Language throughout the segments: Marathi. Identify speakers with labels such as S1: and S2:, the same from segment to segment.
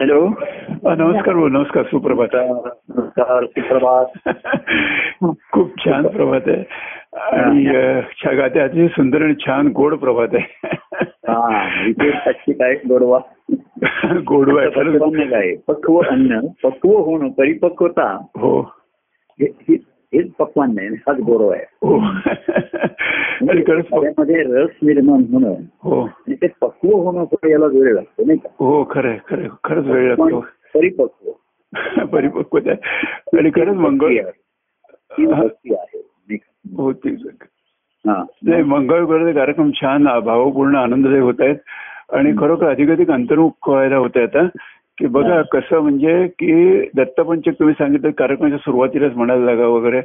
S1: हॅलो
S2: अ, नमस्कार भाऊ नमस्कार सुप्रभात
S1: नमस्कार सुप्रभात
S2: खूप छान प्रभात आहे आणि अ, छा- अतिशय सुंदर आणि छान गोड प्रभात
S1: हा
S2: आहे
S1: इथे पक्षिक आहे गोडवा
S2: गोडवा आहे खरंच.
S1: पक्वान्न काय पक्व अन्न पक्व होणं परिपक्वता
S2: हो
S1: हे- हे- हेच पक्वान्न आहे हाच गोडवा आहे म्हणजे
S2: हो आणि खरंच प-
S1: त्यामध्ये रस निर्माण होणं
S2: हो
S1: आणि ते पक्व हो होणं पण याला वेळ लागतो नाही का
S2: हो खरं आहे, खरं आहे. खरंच वेळ लागतो
S1: पण परिपक्व
S2: परिपक्वता आहे. आणि खरंच मंगळ
S1: ती आहे. ती गोष्टी आहे नाही का?
S2: हो ते
S1: हा.
S2: नाही मंगळ गरजे कार्यक्रम छान भावपूर्ण आनंददायी होत आहेत आणि खरोखर अधिकाधिक अंतर्मुख व्हायला होत आहेत हा. की बघा
S1: हा.
S2: कसं म्हणजे की दत्तपंचक तुम्ही सांगितलं कार्यक्रमाच्या सुरुवातीलाच म्हणायला लागा वगैरे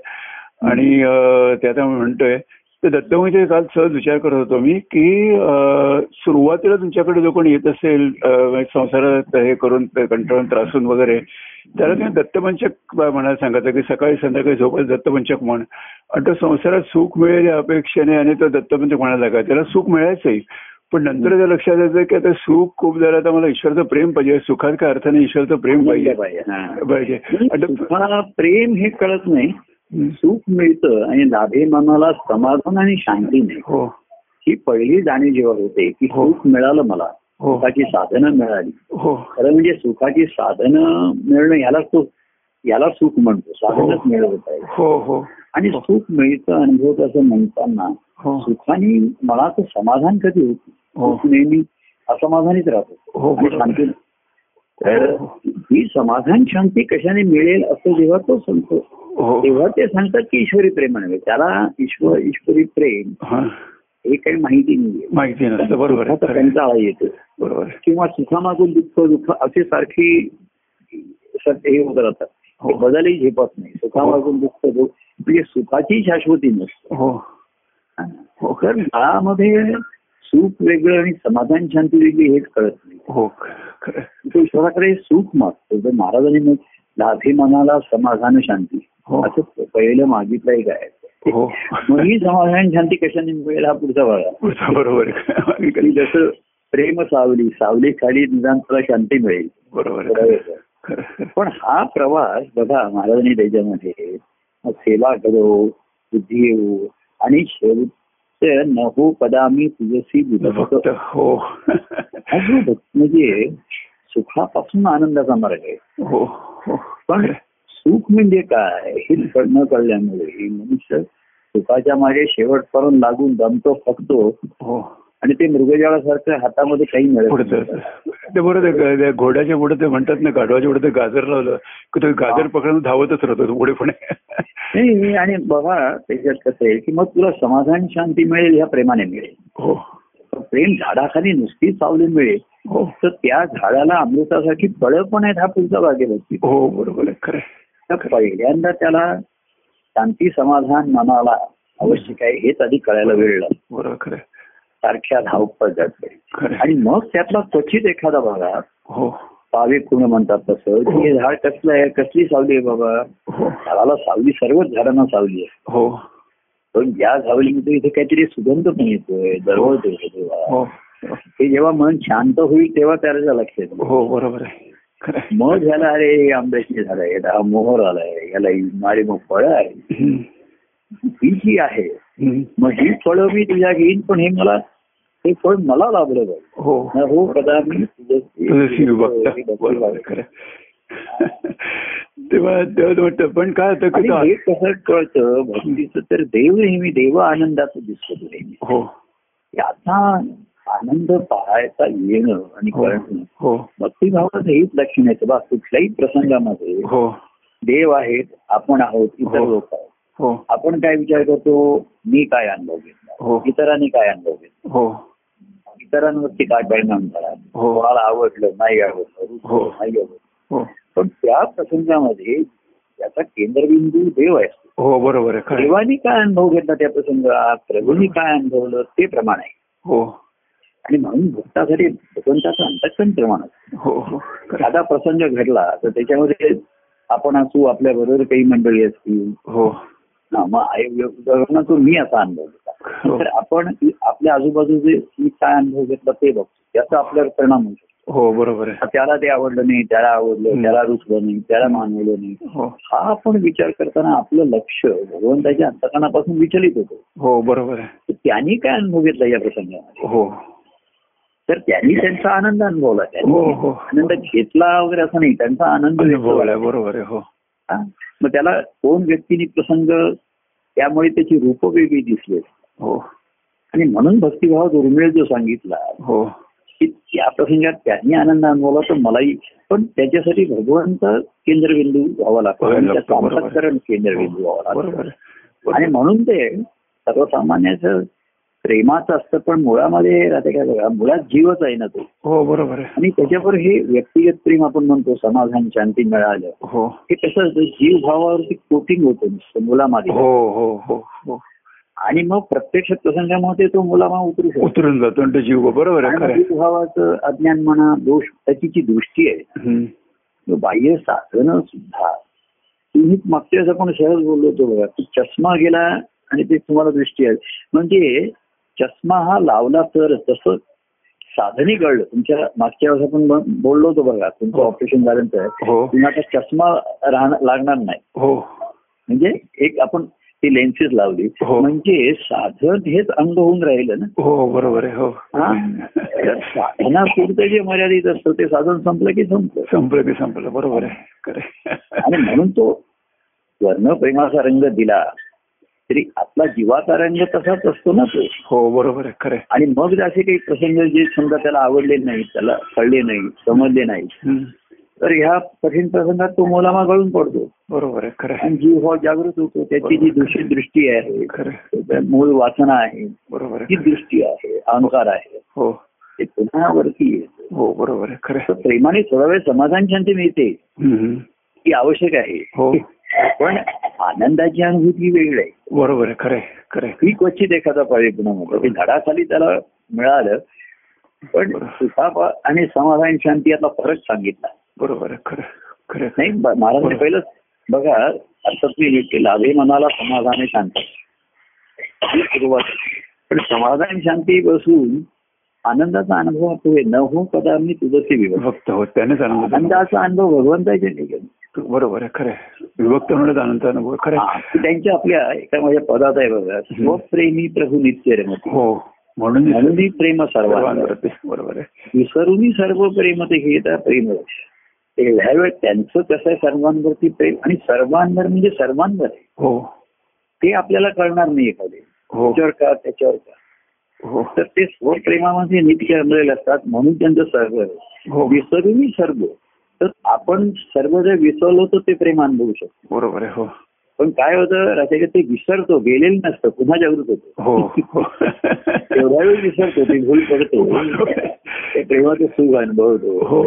S2: आणि अं, ते आता मी म्हणतोय तर दत्तपंचक काल सहज विचार करत होतो मी की अं, सुरुवातीला तुमच्याकडे जो कोणी येत असेल अं, संसारात हे करून कंटाळून त्रासून वगैरे त्याला तुम्ही दत्तपंचक म्हणायला सांगायचं की सकाळी संध्याकाळी झोपत दत्तपंचक म्हण आणि तो संसारात सुख मिळेल या अपेक्षेने आणि तो दत्तपंचक म्हणायला लागा त्याला सुख मिळायचंही पण नंतर त्या लक्षात येतं की आता सुख खूप झालं आता मला ईश्वरचं प्रेम पाहिजे सुखात काय अर्थाने ईश्वरचं प्रेम पाहिजे
S1: हा.
S2: पाहिजे आणि तो-
S1: तुम्हाला प्रेम हे कळत नाही
S2: हं.
S1: सुख मिळतं आणि लाभे मनाला समाधान आणि शांती नाही
S2: हो
S1: ही पहिली जाणीव जेव्हा होते की
S2: हो.
S1: सुख मिळालं मला
S2: हो
S1: सुखाची साधनं मिळाली
S2: हो
S1: खरं म्हणजे सुखाची साधनं मिळणं याला सुख याला सुख म्हणतो साधनच
S2: हो.
S1: मिळवत पाहिजे
S2: हो हो
S1: आणि
S2: हो.
S1: सुख मिळतं अनुभवत असं म्हणताना
S2: हो
S1: सुखाने मनाचं समाधान कधी होत
S2: हो.
S1: सुख नेहमी असमाधानीच राहतो
S2: हो,
S1: आणि
S2: बरोबर.
S1: शांती नाही. तर ही समाधान शांती कशाने मिळेल असं जेव्हा तो सांगतो
S2: हो
S1: तेव्हा ते सांगतात की ईश्वरी प्रेम आहे त्याला ईश्वर ईश्वरी प्रेम
S2: हा
S1: हे काही माहिती नाहीये
S2: माहिती नसतं बरोबर आहे,
S1: सुखाचा
S2: खरं आहे.
S1: कंटाळा येतो
S2: बरोबर आहे.
S1: किंवा सुखामागून दुःख दुःख असे सारखी सत- हे होत राहतात
S2: हो.
S1: ते बदलही झेपत नाही सुखामागून दुःख दुःख म्हणजे सुखाची शाश्वती नसते
S2: हो हो
S1: तर काळामध्ये सुख वेगळं आणि समाधान शांती वेगळी हेच कळत नाही
S2: हो खरं आहे.
S1: तो ईश्वराकडे सुख मागतो तर महाराजांनी मग लाभे मनाला समाधान शांती
S2: हो.
S1: असं पहिलं मागितलं एक आहे
S2: हो
S1: मग ही समाधान शांती कशाने मिळेल हा पुढचा भाग आहे.
S2: पुढचा बरोबर आहे.
S1: की जसं प्रेम सावली सावली खाली निदान तुला शांती मिळेल
S2: बरोबर
S1: थोडा
S2: आहे.
S1: वेळ जा.
S2: खरं आहे.
S1: पण हा प्रवास बघा महाराजांनी त्याच्यामध्ये मग सेवा करो बुद्धी येऊ आणि शेवट न हो पदा मी तुझसी
S2: फक्त
S1: विभक्त
S2: हो
S1: हा जो भक्त म्हणजे सुखापासून आनंदाचा मार्ग आहे
S2: हो हो
S1: पण सुख म्हणजे काय हे कळ- न कळल्यामुळे मनुष्य सुखाच्या मागे शेवटपर्यंत लागून दमतो फकतो
S2: हो
S1: आणि ते मृगजाळासारखं हातामध्ये काही मिळत
S2: पुढचं
S1: नाही.
S2: ते बरोबर आहे. ग- त्या घोड्याच्या पुढे ते म्हणतात ना गाढवाच्या पुढे ते गाजर लावलं की तो गाजर पकडून धावतच राहतो तो पुढे पण
S1: नाही नाही, आणि बघा त्याच्यात कसं आहे की मग तुला समाधान शांती मिळेल ह्या प्रेमाने मिळेल
S2: हो
S1: पण प्रेम झाडाखाली नुसती सावली मिळेल
S2: हो
S1: तर त्या झाडाला अमृतासाठी फळं पण आहेत हा पुढचा भाग्य बघतील
S2: हो बरोबर आहे खरं आहे.
S1: तर पहिल्यांदा त्याला शांती समाधान मनाला आवश्यक आहे हेच आधी कळायला वेळ लागतो
S2: बरोबर खरं आहे.
S1: सारख्या धावपळ जात पाहिजे
S2: खरं आहे.
S1: आणि मग त्यातला क्वचित एखादा भागात
S2: हो
S1: पावे पूर्ण म्हणतात तसं की हे झाड कसलं आहे कसली सावली आहे बाबा
S2: हो
S1: झाडाला सावली सर्वच झाडांना सावली आहे
S2: हो
S1: पण ज्या सावलीमध्ये इथे काहीतरी सुगंध पण येतोय दरवळतो तेव्हा
S2: हो
S1: हे जेव्हा मन शांत होईल तेव्हा त्याला लक्ष येतं
S2: हो बरोबर आहे खरं आहे.
S1: मग झाला अरे हे आंब्याची झाड आहे हा मोहर आलाय याला मारे मग फळं आहे
S2: हम्म.
S1: ही जी आहे
S2: हम्म.
S1: मग ही फळं मी तुझ्या घेईन पण हे मला हे फळ मला लाभलं पाहिजे
S2: हो
S1: न हो कदा मी तुझ्याशी-
S2: तुझी
S1: तुझ्याशी
S2: विभक्त बरोबर
S1: वागतो.
S2: खरं तेव्हा तेव्हा वाटतं पण काय होतं की
S1: आणि
S2: तो-
S1: हे कसं कळतं भक्तीचं तर देव नेहमी देव आनंदाचं दिसतो तो नेहमी
S2: हो
S1: याचा आनंद पाहायचा येणं आणि
S2: हो
S1: कळणं
S2: हो
S1: भक्तिभावाचं हेच लक्षण आहे बा कुठल्याही प्रसंगामध्ये
S2: हो
S1: देव आहेत आपण आहोत इतर
S2: हो.
S1: लोक आहेत
S2: हो
S1: आपण काय विचार करतो मी काय अनुभव
S2: हो.
S1: घेतला इतरांनी काय अनुभव घेतला
S2: हो
S1: इतरांवरती काय परिणाम झाला
S2: हो.
S1: कोणाला आवडलं नाही आवडलं रुचलं,
S2: हो.
S1: नाही आवडलं
S2: हो
S1: पण त्या प्रसंगामध्ये त्याचा केंद्रबिंदू देव आहे
S2: हो बरोबर आहे खरं आहे.
S1: देवानी काय अनुभव घेतला त्या प्रसंगात प्रभूंनी काय अनुभवलं ते प्रमाण आहे
S2: हो
S1: आणि म्हणून भक्तासाठी भगवंताचं अंतकरण प्रमाण आहे
S2: हो हो खरं आहे.
S1: एखादा प्रसंग घडला तर त्याच्यामध्ये आपण असू आपल्या बरोबर काही मंडळी असतील
S2: हो
S1: हा, मग आई उदाहरणार्थ मी असा अनुभव घेतला
S2: हो.
S1: तर आपण आपल्या आजूबाजूचे मी काय अनुभव घेतला ते बघतो याचा आपल्यावर परिणाम होऊ शकतो
S2: हो बरोबर आहे
S1: त्याला ते आवडलं नाही त्याला आवडलं
S2: हं.
S1: त्याला रुचलं नाही त्याला मानवलं नाही
S2: हो
S1: हा आपण विचार करताना आपलं लक्ष भगवंताच्या अंतकणापासून विचलित होतो
S2: हो बरोबर आहे
S1: तर त्यांनी काय अनुभव घेतला या प्रसंगामध्ये
S2: हो
S1: तर त्यांनी त्यांचा आनंद अनुभवला त्यांनी
S2: हो हो
S1: आनंद घेतला वगैरे असं नाही त्यांचा आनंद
S2: अनुभवलाय
S1: घेतला.
S2: बरोबर आहे हो
S1: हा. मग त्याला कोण व्यक्तीने प्रसंग त्यामुळे त्याची रूप वेगळी दिसली
S2: हो
S1: आणि म्हणून भक्तिभाव दुर्मिळ जो सांगितला
S2: हो
S1: की त्या प्रसंगात त्यांनी आनंद अनुभवला तर मलाही पण त्याच्यासाठी भगवंत केंद्रबिंदू व्हावा लागतो
S2: व्हायला
S1: आणि
S2: लागतो,
S1: त्याचं
S2: बरोबर.
S1: अंतःकरण केंद्रबिंदू व्हावा लागतो
S2: बरोबर आहे
S1: आणि म्हणून ते सर्वसामान्याचं प्रेमाचं असतं पण मुळामध्ये राहते काय बघा मुळात जीवच आहे ना तो
S2: हो बरोबर आहे
S1: आणि त्याच्यावर हे व्यक्तिगत प्रेम आपण म्हणतो समाधान शांती मिळालं
S2: हो
S1: हे कसं असतं जीव भावावरती कोटिंग होतं नुसतं मुलामध्ये
S2: हो हो हो हो
S1: आणि मग प्रत्यक्ष प्रसंगामध्ये तो मुलामा उतरू शकतो
S2: उतरून जातो आणि तो जीव बरोबर आहे हो, खरं
S1: आणि
S2: आहे.
S1: जीव भावाचं अज्ञान म्हणा दोष त्याची जी दृष्टी आहे
S2: हम्म.
S1: तो बाह्य साधनं सुद्धा तुम्ही मागच्या वेळेस आपण सहज बोललो होतो बघा की चष्मा गेला आणि ते तुम्हाला दृष्टी आहे म्हणजे चष्मा हा लावला तर तसं साधने घडलं तुमच्या मागच्या वेळेस आपण ब- बोललो होतो बघा तुमचं
S2: हो.
S1: ऑपरेशन झाल्यानंतर
S2: हो
S1: तुम्हाला आता चष्मा राहणं- लागणार नाही
S2: हो
S1: म्हणजे एक आपण ती लेन्सेस लावली
S2: हो.
S1: म्हणजे साधन हेच अंग होऊन राहिलं ना
S2: हो बरोबर आहे हो
S1: हा? तर साधनापुरतं जे मर्यादित असतं ते साधन संपलं की संपलं
S2: संपलं की संपलं बरोबर आहे खरं
S1: आणि
S2: आहे.
S1: म्हणून तो वर्ण प्रेमाचा रंग दिला तरी आपला जीवाचा रंग तसाच असतो ना तो
S2: हो बरोबर आहे खरं आहे.
S1: आणि मग असे काही प्रसंग जे समजा त्याला आवडले नाही त्याला कळले नाही समजले नाही
S2: हम्म.
S1: तर ह्या कठीण प्रसंगात तो मोलामा गळून पडतो
S2: बरोबर आहे खरं आहे.
S1: आणि जीव भाव जागृत होतो त्याची जी दूषित दृष्टी आहे
S2: खरं आहे.
S1: त्याच्या मूळ वासना आहे
S2: बरोबर
S1: जी
S2: आहे
S1: दृष्टी आहे अहंकार आहे
S2: हो
S1: ते पुन्हा वरती येतं.
S2: हो बरोबर आहे खरं आहे.
S1: तर प्रेमाने थोडा वेळ समाधान शांती मिळते
S2: हम्म, हम्म.
S1: ती आवश्यक आहे
S2: हो
S1: पण आनंदाची अनुभूती वेगळी आहे
S2: बरोबर आहे खरं आहे. खरं आहे.
S1: ही क्वचित एखादा पर्याय पुन्हा म्हणतो ते धडाखाली त्याला मिळालं पण सुखाप आणि समाधान शांती यातला फरक सांगितला
S2: बरोबर आहे खरं आहे. खरं आहे.
S1: नाही ब- महाराजांनी
S2: बरोबर.
S1: पहिलं बघा अर्थात मी लिहिते लाभे मनाला समाधान आणि शांती ही सुरुवात आहे. पण समाधान शांती बसून आनंदाचा अनुभव होतोय न हो कदा मी तुझं विभक्त
S2: विभक्त हो त्यानेच आनंद अनुभव.
S1: आनंदाचा अनुभव भगवंताच्या ठिकाणी
S2: बरोबर आहे खरं आहे. विभक्त होण्याचा आनंद अनुभव खरं
S1: हा,
S2: आहे.
S1: त्यांच्या आपल्या एका माझ्या पदात आहे बघा स्वप्रेमी प्रभू नित्य रमती
S2: हो म्हणून
S1: म्हणून ही प्रेम सर्वांवर
S2: सर्वांवरती. बरोबर आहे
S1: विसरूनही सर्व प्रेम ते घेता प्रेम एवढ्या वेळ त्यांचं कसं आहे सर्वांवरती प्रेम आणि सर्वांवर म्हणजे सर्वांवर आहे
S2: हो
S1: ते आपल्याला कळणार नाही एखादे
S2: हो
S1: त्याच्यावर का त्याच्यावर का
S2: हो
S1: तर ते स्वप्रेमामध्ये नित्य रमलेले असतात म्हणून त्यांचं सर्व आहे.
S2: हो
S1: विसरूनही सर्व तर आपण सर्व जर विसरलो तर ते प्रेम अनुभवू शकतो
S2: बरोबर आहे हो
S1: पण काय होतं राहते ते विसरतो गेलेलं नसतं पुन्हा जागृत होतो
S2: हो हो
S1: एवढ्या वेळ विसरतो ते भूल पडतो ते प्रेमाचं सुख
S2: हो.
S1: अनुभवतो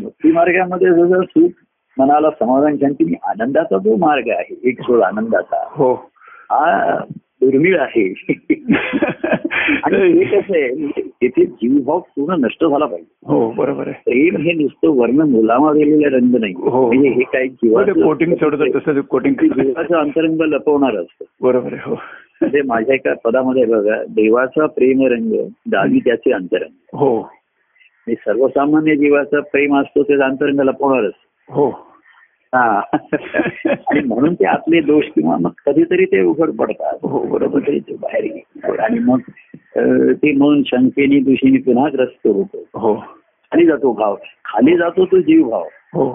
S1: भक्ती मार्गामध्ये जसं सुख मनाला समाधान शांती आणि आनंदाचा जो मार्ग आहे एक सोड आनंदाचा
S2: हो
S1: हा दुर्मिळ आहे आणि हे कसं आहे तिथे जीवभाव पूर्ण नष्ट झाला पाहिजे
S2: हो बरोबर आहे
S1: प्रेम हे नुसतं वर्ण मुलामा गेलेला रंग नाही
S2: हो.
S1: म्हणजे हे काय
S2: हो, ते
S1: जीवाचं
S2: कोटिंग सोडतात तसं ते कोटिंग
S1: ते जीवाचं अंतरंग लपवणार असतं
S2: बरोबर आहे हो
S1: म्हणजे माझ्या एका पदामध्ये बघा देवाचा प्रेम रंग दावी त्याचे अंतरंग
S2: हो
S1: आणि सर्वसामान्य जीवाचा प्रेम असतो त्याचा अंतरंग लपवणारच
S2: हो
S1: हा आणि म्हणून ते आपले दोष किंवा मग कधीतरी ते उघड पडतात
S2: हो, बरोबर.
S1: कधीतरी ते बाहेर येतात. आणि मग अ, ते म्हणून शंकेने दुषीने पुन्हा ग्रस्त होतो
S2: हो
S1: खाली जातो भाव खाली जातो तो जीवभाव
S2: हो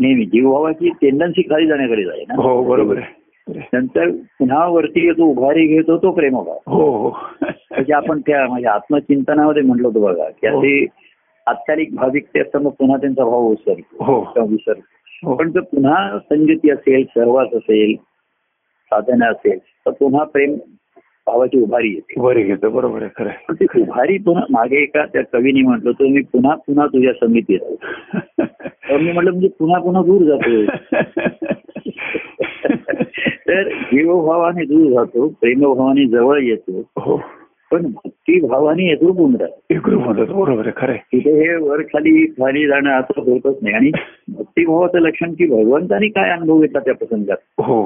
S1: नेहमी जीवभावाची टेंडन्सी खाली जाण्याकडे जाईल ना
S2: हो बरोबर आहे
S1: नंतर पुन्हा वरती येतो उभारी घेतो तो प्रेमभाव
S2: हो हो
S1: म्हणजे आपण त्या म्हणजे आत्मचिंतनामध्ये म्हटलं होतं बघा की
S2: हो.
S1: असे तात्कालिक भाविक ते असतात मग पुन्हा त्यांचा भाव ओसरतो
S2: हो
S1: किंवा विसरतो
S2: हो
S1: पण जर पुन्हा संगती असेल सर्वात असेल साधना असेल तर पुन्हा प्रेम भावाची उभारी येते
S2: बरे घेतो बरोबर आहे खरं
S1: पण ती उभारी पुन्हा मागे एका त्या कवीने म्हटलं तो मी पुन्हा पुन्हा तुझ्या समितीत राहू." तर मी म्हटलं म्हणजे पुन्हा पुन्हा दूर जातो तर जीवभावाने दूर जातो प्रेमभावाने जवळ येतो
S2: हो
S1: पण भक्तीभावाने एकरूपून राहतो
S2: एकरूप होतात बरोबर आहे खरं आहे.
S1: तिथे हे वर खाली खाली जाणं असं होतच नाही आणि भक्तिभावाचं लक्षण की भगवंतानी काय अनुभव घेतला त्या प्रसंगात
S2: हो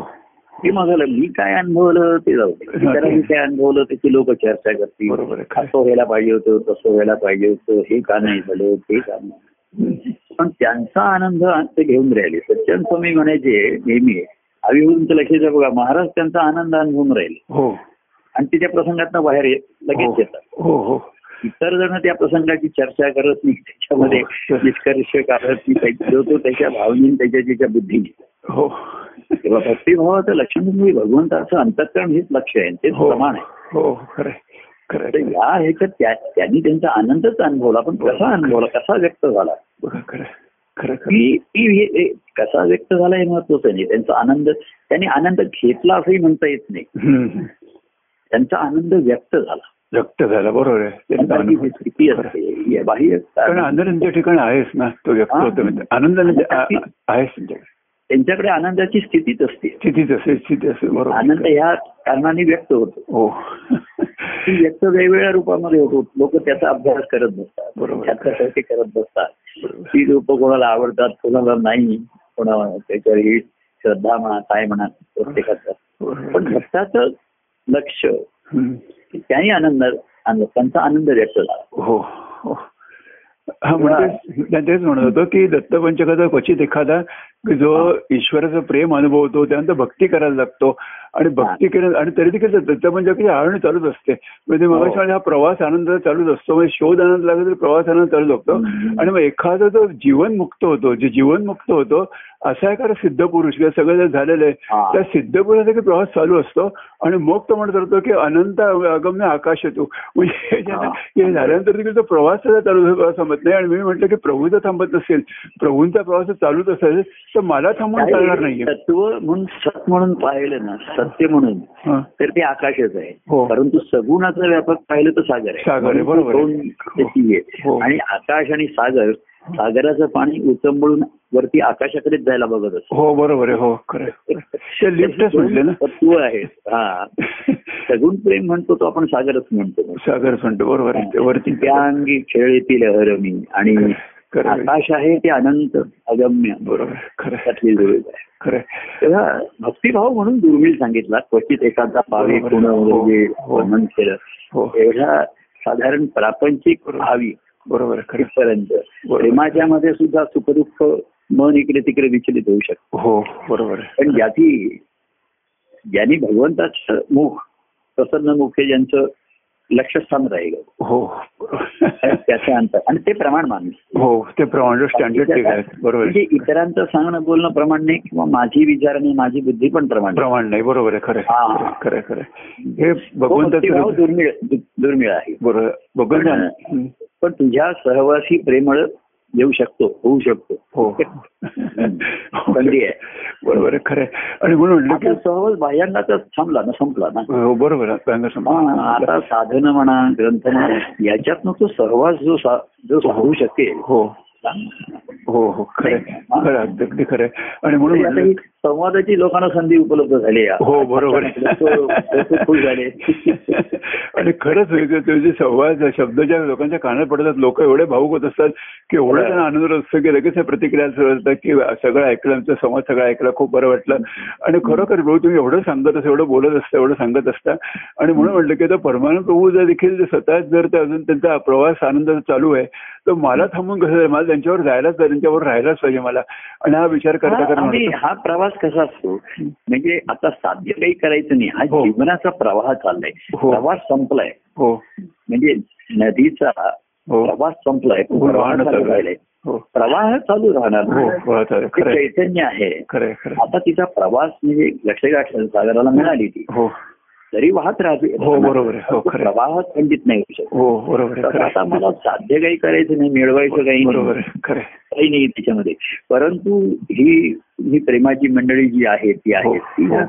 S1: हे माझं मी काय अनुभवलं ते जाऊ दे. मी त्याला मी काय अनुभवलं त्याची लोक चर्चा करतील
S2: बरोबर आहे खरं
S1: असं व्हायला पाहिजे होतं तसं व्हायला पाहिजे होतं हे का नाही झालं ते का नाही पण त्यांचा आनंद ते घेऊन राहिले सच्चन स्वामी म्हणायचे नेहमी अभिभूत लक्षात बघा महाराज त्यांचा आनंद अनुभवून राहिले
S2: हो
S1: आणि ते त्या प्रसंगात बाहेर ये- लगेच येतात
S2: हो हो
S1: इतर जण त्या प्रसंगाची चर्चा करत नाही त्याच्यामध्ये
S2: हो.
S1: निष्कर्ष काढत नाही त्या- जो तो त्याच्या भावनेने त्याच्या त्याच्या बुद्धीने
S2: हो
S1: तेव्हा भक्तिभावाचं लक्षण म्हणजे भगवंताचं अंतःकरण हेच लक्ष आहे तेच
S2: हो
S1: प्रमाण आहे
S2: हो खरं
S1: तर
S2: खरं
S1: या ह्याच्यात त्या- त्यांनी त्यांचा आनंदच अनुभवला पण
S2: हो.
S1: कसा अनुभवला कसा व्यक्त झाला
S2: बघा खरं खरं खरं
S1: की की हे- हे कसा व्यक्त झाला हे महत्वाचं नाही त्यांचा आनंद त्यांनी आनंद घेतला असंही म्हणता येत नाही
S2: हम्म.
S1: त्यांचा आनंद व्यक्त झाला
S2: व्यक्त झाला बरोबर आहे त्यांचा
S1: त्यांची जी
S2: अनुभव.
S1: स्थिती
S2: खरं.
S1: असते या बाह्य
S2: कारण
S1: कारण
S2: आनंद त्या ठिकाणी आहेच ना तो व्यक्त
S1: हा.
S2: होतो म्हणजे आनंदाने ते आ- आ- आहेच त्यांच्याकडे
S1: त्यांच्याकडे आनंदाची स्थितीच असते
S2: स्थितीच असेल स्थिती असेल
S1: आनंद
S2: बरोबर
S1: ह्या कारणाने व्यक्त होतो
S2: हो
S1: ती व्यक्त वेगवेगळ्या रूपामध्ये होतो लोक त्याचा अभ्यास करत बसतात
S2: बरोबर.
S1: त्याच्यासाठी करत बसतात ती रूप कोणाला आवडतात कोणाला नाही कोणा त्याच्यावर ही श्रद्धा म्हणा काय म्हणा प्रत्येकाचं
S2: बरोबर.
S1: पण भक्ताचं लक्ष
S2: हम्म.
S1: की त्याही आनंद आनंद- त्यांचा आनंद व्यक्त झाला
S2: हो हो हा म्हणजे त्या- तेच म्हणत होतो की दत्तपंचकाचा क्वचित एखादा की जो ईश्वराचं प्रेम अनुभवतो त्यानंतर भक्ती करायला लागतो आणि भक्ती केल्या आणि तरी देखील दत्तपंचकाची आळणी चालूच असते म्हणजे
S1: हो.
S2: मग हा प्रवास आनंद चालूच असतो म्हणजे शोध आनंद लागला तरी प्रवास आनंद चालूच असतो
S1: हम्म.
S2: आणि मग एखादा जो जीवनमुक्त होतो जे जीवनमुक्त होतो असा एखादा सिद्ध पुरुष किंवा सगळं जे झालेलं आहे
S1: हा.
S2: त्या सिद्ध पुरुषाचा काही प्रवास चालू असतो आणि मग तो म्हणत राहतो की अनंत अगम्य आकाश येतो म्हणजे
S1: हा.
S2: हे झाल्यानंतर देखील तो प्रवास त्याचा चालू होतो असं म्हणत नाही आणि मी म्हटलं की प्रभूचा थांबत नसेल प्रभूंचा प्रवास जर चालूच असेल तर मला थांबून चालणार
S1: काही
S2: नाहीये
S1: तत्व म्हणून सत म्हणून पाहिलं ना सत्य म्हणून
S2: हा.
S1: तर ते आकाशच आहे
S2: हो.
S1: परंतु सगुणाचा व्यापक पाहिलं तर सागर आहे
S2: सागर आहे,
S1: म्हणून
S2: बरोबर आहे.
S1: दोन त्याची
S2: हो.
S1: आहे आणि आकाश आणि सागर सागराचं पाणी उचंबळून वरती आकाशाकडेच जायला बघत असत
S2: हो बरोबर आहे हो खरं आहे. ते लिफ्टच म्हटले ना
S1: तत्व आहे हा सगुण प्रेम म्हणतो तो आपण सागरच म्हणतो
S2: सागर म्हणतो बरोबर आहे ते वरती
S1: त्या अंगी खेळ येतील हरमी आणि
S2: खरं- खरं आहे.
S1: आकाश आहे ते अनंत अगम्य
S2: बरोबर आहे, खरं आहे,
S1: त्यातली दुर्मिळ आहे
S2: खरं आहे.
S1: तेव्हा भक्तिभाव म्हणून दुर्मिळ सांगितला क्वचित एखादा पावी
S2: बरोबर.
S1: कुण
S2: हो,
S1: वगैरे
S2: हो.
S1: वर्णन केलं
S2: हो
S1: एवढा साधारण प्रापंचिक भावी
S2: बरोबर आहे, खरं आहे.
S1: पर्यंत प्रेमाच्या मध्ये सुद्धा सुखदुःख मन इकडे तिकडे विचलित होऊ शकतं
S2: हो बरोबर आहे.
S1: पण ज्याची ज्यांनी भगवंताचं मुख प्रसन्न मुख हे ज्यांचं लक्षस्थान राहिलं
S2: हो बरोबर.
S1: त्याचं अंतर आणि ते प्रमाण माणूस
S2: हो ते प्रमाण स्टँडर्ड ठीक आहे बरोबर
S1: म्हणजे
S2: आहे.
S1: इतरांचं सांगणं बोलणं प्रमाण नाही किंवा माझी विचार आणि माझी बुद्धी पण प्रमाण नाही.
S2: प्रमाण नाही बरोबर आहे खरं आहे,
S1: हा. हो,
S2: खरं आहे, खरं आहे, खरं आहे. हे
S1: तो भक्तिभाव
S2: भगवंताचं
S1: दुर्मिळ दु- दुर्मिळ आहे
S2: बरोबर आहे. भगवंत हं.
S1: पण तुझ्या सहवासी प्रेमळ येऊ शकतो होऊ शकतो
S2: हो
S1: संधी आहे.
S2: बरोबर आहे खरं आहे. आणि म्हणून म्हटलं
S1: आता
S2: की
S1: सहवास बाह्यांगाचाच थांबला ना संपला ना
S2: हो बरोबर आहे चांगलं
S1: पण
S2: समजा.
S1: आता साधन म्हणा ग्रंथ म्हणा याच्यातनं तो सहवास जो सा- जो होऊ शकेल
S2: हो हो हो खरं आहे. खरं आहे, अगदी खरं आहे. आणि म्हणून
S1: म्हणजे आता ही
S2: म्हटलं
S1: संवादाची लोकांना संधी उपलब्ध झाली आहे.
S2: हो बरोबर आहे.
S1: लोक- लोक खुश झाले
S2: आणि खरंच वेगळं तुझे संवाद शब्द ज्या लोकांच्या कानात पडतात लोक एवढे भाऊक होत असतात की एवढा त्यांना आनंद असतो की लगेच त्या प्रतिक्रिया सुरू असतात की सगळं ऐकलं आमचा संवाद सगळं ऐकला खूप बरं वाटलं आणि खरोखर प्रभू तुम्ही एवढं सांगत असता एवढं बोलत असता एवढं सांगत असता आणि म्हणून म्हटलं की आता परमानंद प्रभू जर देखील जर स्वतः जर ते अजून त्यांचा प्रवास आनंद चालू आहे तर मला थांबून कसं जाईल? मला त्यांच्यावर जायलाच पाहिजे, त्यांच्यावर राहायलाच पाहिजे मला आणि हा विचार करता
S1: हा,
S2: करता
S1: आणि
S2: म्हणतो,
S1: हा प्रवास कसा असतो म्हणजे आता साध्य काही करायचं नाही हा
S2: हो.
S1: जीवनाचा प्रवाह चाललाय
S2: हो.
S1: प्रवास संपलाय
S2: हो
S1: म्हणजे नदीचा
S2: हो
S1: प्रवास संपलाय
S2: हो,
S1: प्रवाह
S2: राहणं
S1: चालू
S2: चालू
S1: राहिलाय
S2: आहे. हो
S1: प्रवाह चालू राहणार
S2: हो
S1: नाही.
S2: हो आता
S1: ते
S2: खरं आहे.
S1: चैतन्य आहे
S2: खरं आहे, खरं आहे.
S1: आता तिचा प्रवास म्हणजे लक्षगाठ सागराला मिळाली ती
S2: हो
S1: तरी वाहत राहते
S2: हो, बरोबर आहे. हो,
S1: तो
S2: खरं आहे.
S1: प्रवाह खंडित नाही होऊ शकत
S2: हो बरोबर आहे
S1: तर
S2: खरं
S1: आता
S2: आहे.
S1: मला साध्य काही करायचं नाही मिळवायचं काही
S2: बरोबर
S1: नाही
S2: आहे खरं आहे.
S1: काही नाही त्याच्यामध्ये परंतु ही ही प्रेमाची मंडळी जी आहे ती आहे
S2: हो,
S1: ती ना
S2: हो.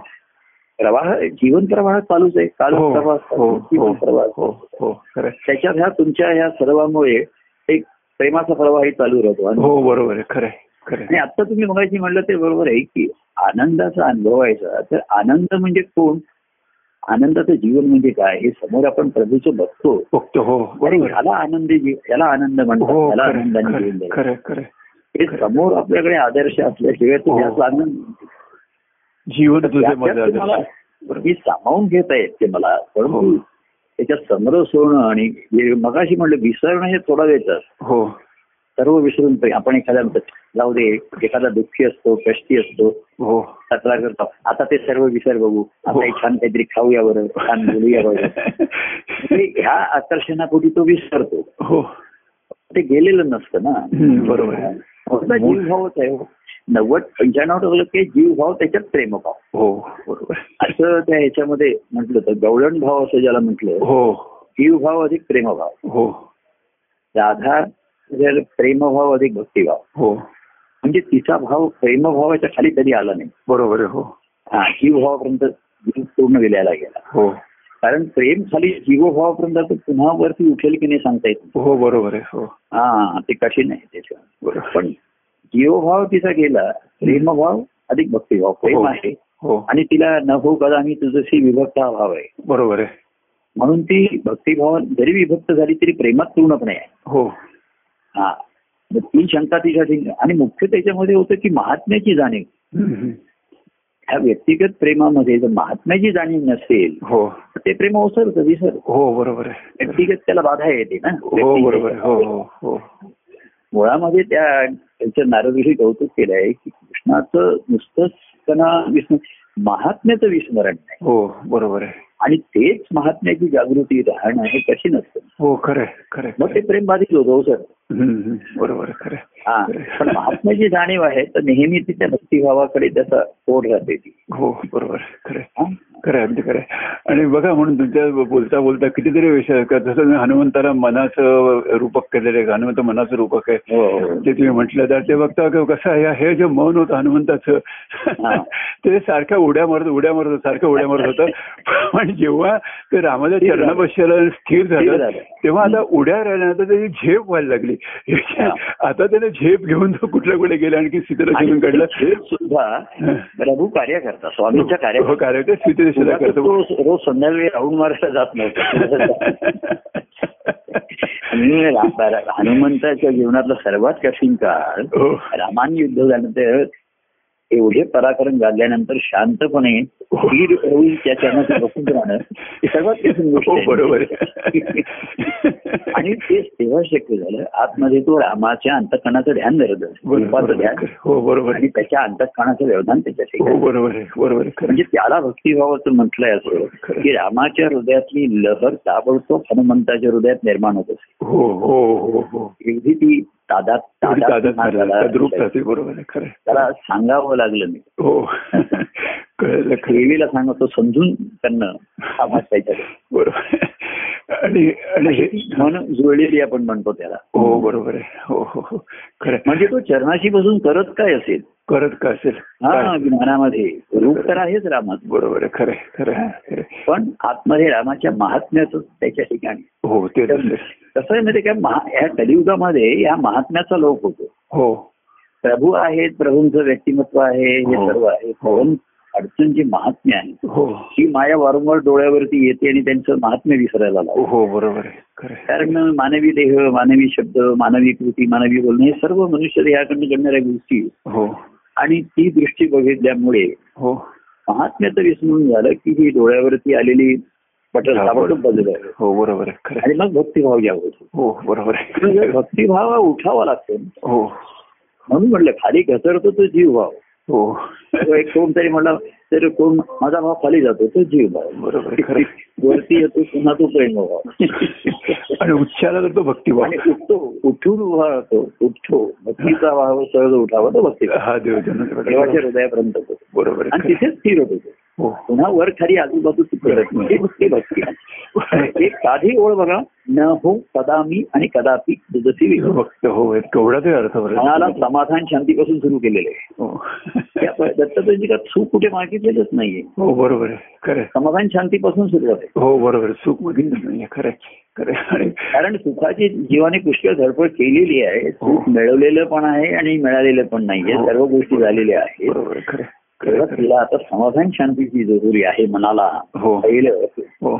S1: प्रवाह जीवन प्रवाह चालूच आहे काल
S2: हो
S1: प्रवास
S2: हो हो
S1: जीवन प्रवास
S2: हो हो खरं आहे.
S1: त्याच्यात ह्या तुमच्या ह्या सर्वामुळे एक प्रेमाचा प्रवाह चालू राहतो आणि
S2: हो बरोबर आहे खरं आहे, खरं
S1: आणि
S2: आहे.
S1: आता तुम्ही मगाशी म्हणलं ते बरोबर आहे की आनंदाचा अनुभवायचा तर आनंद म्हणजे कोण आनंदाचं जीवन म्हणजे काय हे समोर आपण प्रभूचं बघतो
S2: बघतो हो
S1: आणि
S2: बरोबर आहे.
S1: ह्याला आनंदी जीव याला आनंद म्हणतात
S2: हो
S1: त्याला
S2: खरं आहे,
S1: आनंदाने
S2: खरं
S1: जीवन
S2: आहे,
S1: द्यायचं.
S2: खरं आहे, खरं आहे.
S1: हे समोर आपल्याकडे आदर्श असल्याशिवाय तो
S2: हो.
S1: त्याचा आनंद
S2: जीवन तुझे
S1: त्यात- त्यात ते मला
S2: मजा
S1: मी सामावून घेता येत ते मला
S2: हो.
S1: परंतु त्याच्यात समरस होणं आणि हे मगाशी म्हणलं विसरणं हे थोडा वेळचं असतं.
S2: हो
S1: सर्व विसरून ते आपण एखाद्या जाऊ दे एखादा दुःखी असतो कष्टी असतो
S2: हो
S1: तक्रार करतो आता ते सर्व विसर बघू
S2: हो.
S1: आता एक छान काहीतरी खाऊया बरं छान बोलूया बरं म्हणजे ह्या आकर्षणापोटी तो विसरतो
S2: हो
S1: ते गेलेलं नसतं ना
S2: हम्म, बरोबर आहे.
S1: फक्त जीवभावच आहे हो. नव्वद पंच्याण्णव टक्के जीवभाव त्याच्यात प्रेमभाव
S2: हो बरोबर
S1: असं त्या ह्याच्यामध्ये म्हटलं तर गवळण भाव असं ज्याला म्हटलं
S2: हो
S1: जीवभाव अधिक प्रेमभाव
S2: हो
S1: राधा त्याला प्रेमभाव अधिक भक्तिभाव
S2: हो
S1: म्हणजे तिचा भाव प्रेमभावाच्या खाली कधी आला नाही
S2: बरोबर आहे हो
S1: हा जीवभावापर्यंत जीव पूर्ण विलायला गेला
S2: हो
S1: कारण प्रेम खाली जीवभावापर्यंत तो पुन्हा वरती उठेल की नाही सांगता येत नाही.
S2: हो बरोबर आहे हो
S1: हा ते कठीण आहे त्याच्या
S2: बरोबर
S1: पण जीवभाव तिचा गेला प्रेमभाव अधिक भक्तिभाव
S2: हो.
S1: प्रेम आहे
S2: हो
S1: आणि तिला न हो कदा मी तुझशी विभक्त हा भाव आहे
S2: बरोबर आहे
S1: म्हणून ती भक्तिभाव जरी विभक्त झाली तरी प्रेमात पूर्णपणे आहे
S2: हो
S1: हा मग ती शंका तिच्या ठिकाणी आणि मुख्य त्याच्यामध्ये होतं की महात्म्याची जाणीव
S2: हम्म, हम्म.
S1: ह्या व्यक्तिगत प्रेमामध्ये जर महात्म्याची जाणीव नसेल
S2: हो
S1: तर ते प्रेम ओसरत विसर
S2: हो बरोबर आहे
S1: व्यक्तिगत त्याला बाधा येते ना
S2: हो बरोबर आहे हो हो हो
S1: मुळामध्ये त्या त्यांच्या नारदविषयी कौतुक केलं आहे की कृष्णाचं नुसतंच त्यांना विस्मरण महात्म्याचं विस्मरण नाही
S2: हो बरोबर आहे
S1: आणि तेच महात्म्याची जागृती राहणं हे कठीण असतं
S2: हो खरं आहे, खरं आहे,
S1: मग
S2: खरं
S1: ते
S2: आहे.
S1: प्रेम बाधित होतो सर
S2: हम्म, हम्म. बरोबर आहे, खरं आहे.
S1: हा पण महात्म्याची जाणीव आहे तर नेहमी ती त्या भक्तिभावाकडे त्याचा ओढ राहते ती
S2: हो बरोबर आहे, खरं आहे.
S1: हा?
S2: खरं आहे, अगदी खरं आहे. आणि बघा म्हणून तुमच्या बोलता बोलता कितीतरी विषय आहेत. जसं मी हनुमंताला मनाचं रूपक केलेलं आहे हनुमंत मनाचं रूपक आहे
S1: हो,
S2: जे तुम्ही म्हटलं तर ते बघता की कसं आहे हे जे मन होतं हनुमंताचं
S1: हा.
S2: ते सारख्ं उड्या मारत उड्या मारत होतं, सारखं उड्या मारत होतं पण जेव्हा ते रामाच्या
S1: स्थिर
S2: चरणा
S1: झालं.
S2: बसलेलं स्थिर
S1: स्थिर
S2: झालं
S1: झालं.
S2: तेव्हा आता उड्या राहिल्यानंतर त्याची झेप व्हायला लागली आता त्याने झेप घेऊन तो कुठल्या कुठे गेला आणखी सीताराम
S1: आणि
S2: काढलं
S1: हे सुद्धा प्रभू कार्य करता स्वामींच्या
S2: हो,
S1: कार्य
S2: कार्य ते सीतेदेशीला करतो
S1: रोज रोज संध्याकाळी राऊंड मारायला जात नव्हता आणि रा- रा- हनुमंताच्या जीवनातला सर्वात कठीण काळ
S2: हो
S1: रामाने युद्ध झाल्यानंतर एवढे पराक्रम गाजल्यानंतर शांतपणे धीर होऊन त्या चरणात बसून राहणं ही सर्वात कठीण गोष्ट
S2: हो
S1: आहे.
S2: बरोबर आहे.
S1: आणि तेच तेव्हा शक्य झालं आतमध्ये तो रामाच्या अंतकणाचं ध्यान धरत असे.
S2: बरोबर,
S1: रूपाचं
S2: बरोबर.
S1: ध्यान
S2: हो बरोबर
S1: आणि त्याच्या अंतकणाचं व्यवधान त्याच्या ठिकाणी
S2: हो बरोबर आहे बरोबर आहे खरं
S1: म्हणजे त्याला भक्तिभावाचं म्हटलंय असं
S2: खरं.
S1: की रामाच्या हृदयातली लहर ताबडतोब हनुमंताच्या हृदयात निर्माण होत असते
S2: हो हो हो हो
S1: एवढी ती तादात
S2: एवढी
S1: तादात
S2: तादात
S1: निर्माण
S2: झाली.
S1: झाला.
S2: तद्रूप राहते बरोबर आहे खरं आहे.
S1: त्याला सांगावं लागलं नाही
S2: हो कळलं खरं आहे.
S1: देवीला सांगतो समजून त्यांना हा भाग त्याच्याकडे
S2: बरोबर आहे. आणि आणि हे
S1: म्हणून जुळलेली आपण म्हणतो त्याला
S2: हो बरोबर आहे हो हो हो खरं आहे.
S1: म्हणजे तो चरणाशी बसून करत काय असेल
S2: करत का असेल
S1: हा
S2: काय?
S1: ज्ञानामध्ये रूप तर आहेच रामाचं
S2: बरोबर आहे खरं आहे, खरं आहे, खरं आहे.
S1: पण आतमध्ये रामाच्या महात्म्याचं त्याच्या ठिकाणी
S2: हो ते तर
S1: तर
S2: आहे.
S1: कसं आहे माहिती काय महा- या कलियुगामध्ये या महात्म्याचा लोक होतो
S2: हो
S1: प्रभू आहेत प्रभूंचं व्यक्तिमत्व आहे हे
S2: हो.
S1: सर्व आहे
S2: हो.
S1: पण अडचण जी महात्म्य आहे
S2: हो
S1: ही माया वारंवार डोळ्यावरती येते आणि त्यांचं महात्म्य विसरायला लागतं
S2: हो बरोबर आहे खरं आहे.
S1: कारण मानवी देह मानवी शब्द मानवी कृती मानवी बोलणं हे सर्व मनुष्य देहाकडनं घडणाऱ्या गोष्टी
S2: हो
S1: आणि ती दृष्टी बघितल्यामुळे
S2: हो
S1: महात्म्य तर विसरून झालं की ही डोळ्यावरती आलेली पटल ताबडतोब बदल आहे.
S2: हो बरोबर आहे खरं आहे.
S1: आणि मग भक्तिभाव घ्यावा होतो
S2: हो बरोबर
S1: म्हणजे
S2: आहे
S1: भक्तिभाव हा उठावा लागतो
S2: हो
S1: म्हणून म्हटलं खाली घसरतो तो जीव भाव
S2: हो
S1: तो एक कोण तरी म्हणला तर कोण माझा भाव खाली जातो तो जीव भाव
S2: बरोबर आहे खरं आहे.
S1: वरती येतो पुन्हा तो प्रेम भाव
S2: आणि उच्चाला तर तो भक्तिभाव
S1: आणि उठतो उठून उभा राहतो उठतो भक्तीचा भाव सहज उठावा तो भक्तीभाव
S2: हा देवजन
S1: देवाच्या हृदयापर्यंत होतो
S2: बरोबर आहे
S1: आणि
S2: खरं आहे.
S1: तिथेच स्थिर होतो तो.
S2: हो
S1: पुन्हा वर खाली आजूबाजू करत नाही ही भक्ती भक्ती आहे. आणि एक साधी ओळ बघा न हो कदा मी आणि कदापि जशी विभक्त.
S2: भक्त हो केवढा ते अर्थ बरं.
S1: मनाला समाधान शांतीपासून सुरू केलेलं आहे
S2: हो
S1: त्या प- दत्तप्रभूंची का चूक कुठे मागितलेलंच नाहीये
S2: हो बरोबर आहे खरं आहे.
S1: समाधान शांतीपासून सुरुवात आहे
S2: हो बरोबर आहे. सुख मागितलं नाहीये खरं आहे. खरं आहे. आणि
S1: कारण सुखाची जीवाने पुष्कळ धडपड केलेली आहे
S2: हो.
S1: सुख मिळवलेलं पण आहे आणि मिळालेलं पण नाहीये
S2: हो.
S1: सर्व गोष्टी झालेल्या आहेत
S2: बरोबर आहे. खरं आहे. खरं
S1: तेव्हा
S2: आहे. खरं
S1: तिला आता समाधान शांतीची जरुरी आहे मनाला
S2: हो.
S1: पहिलं
S2: आहे. हो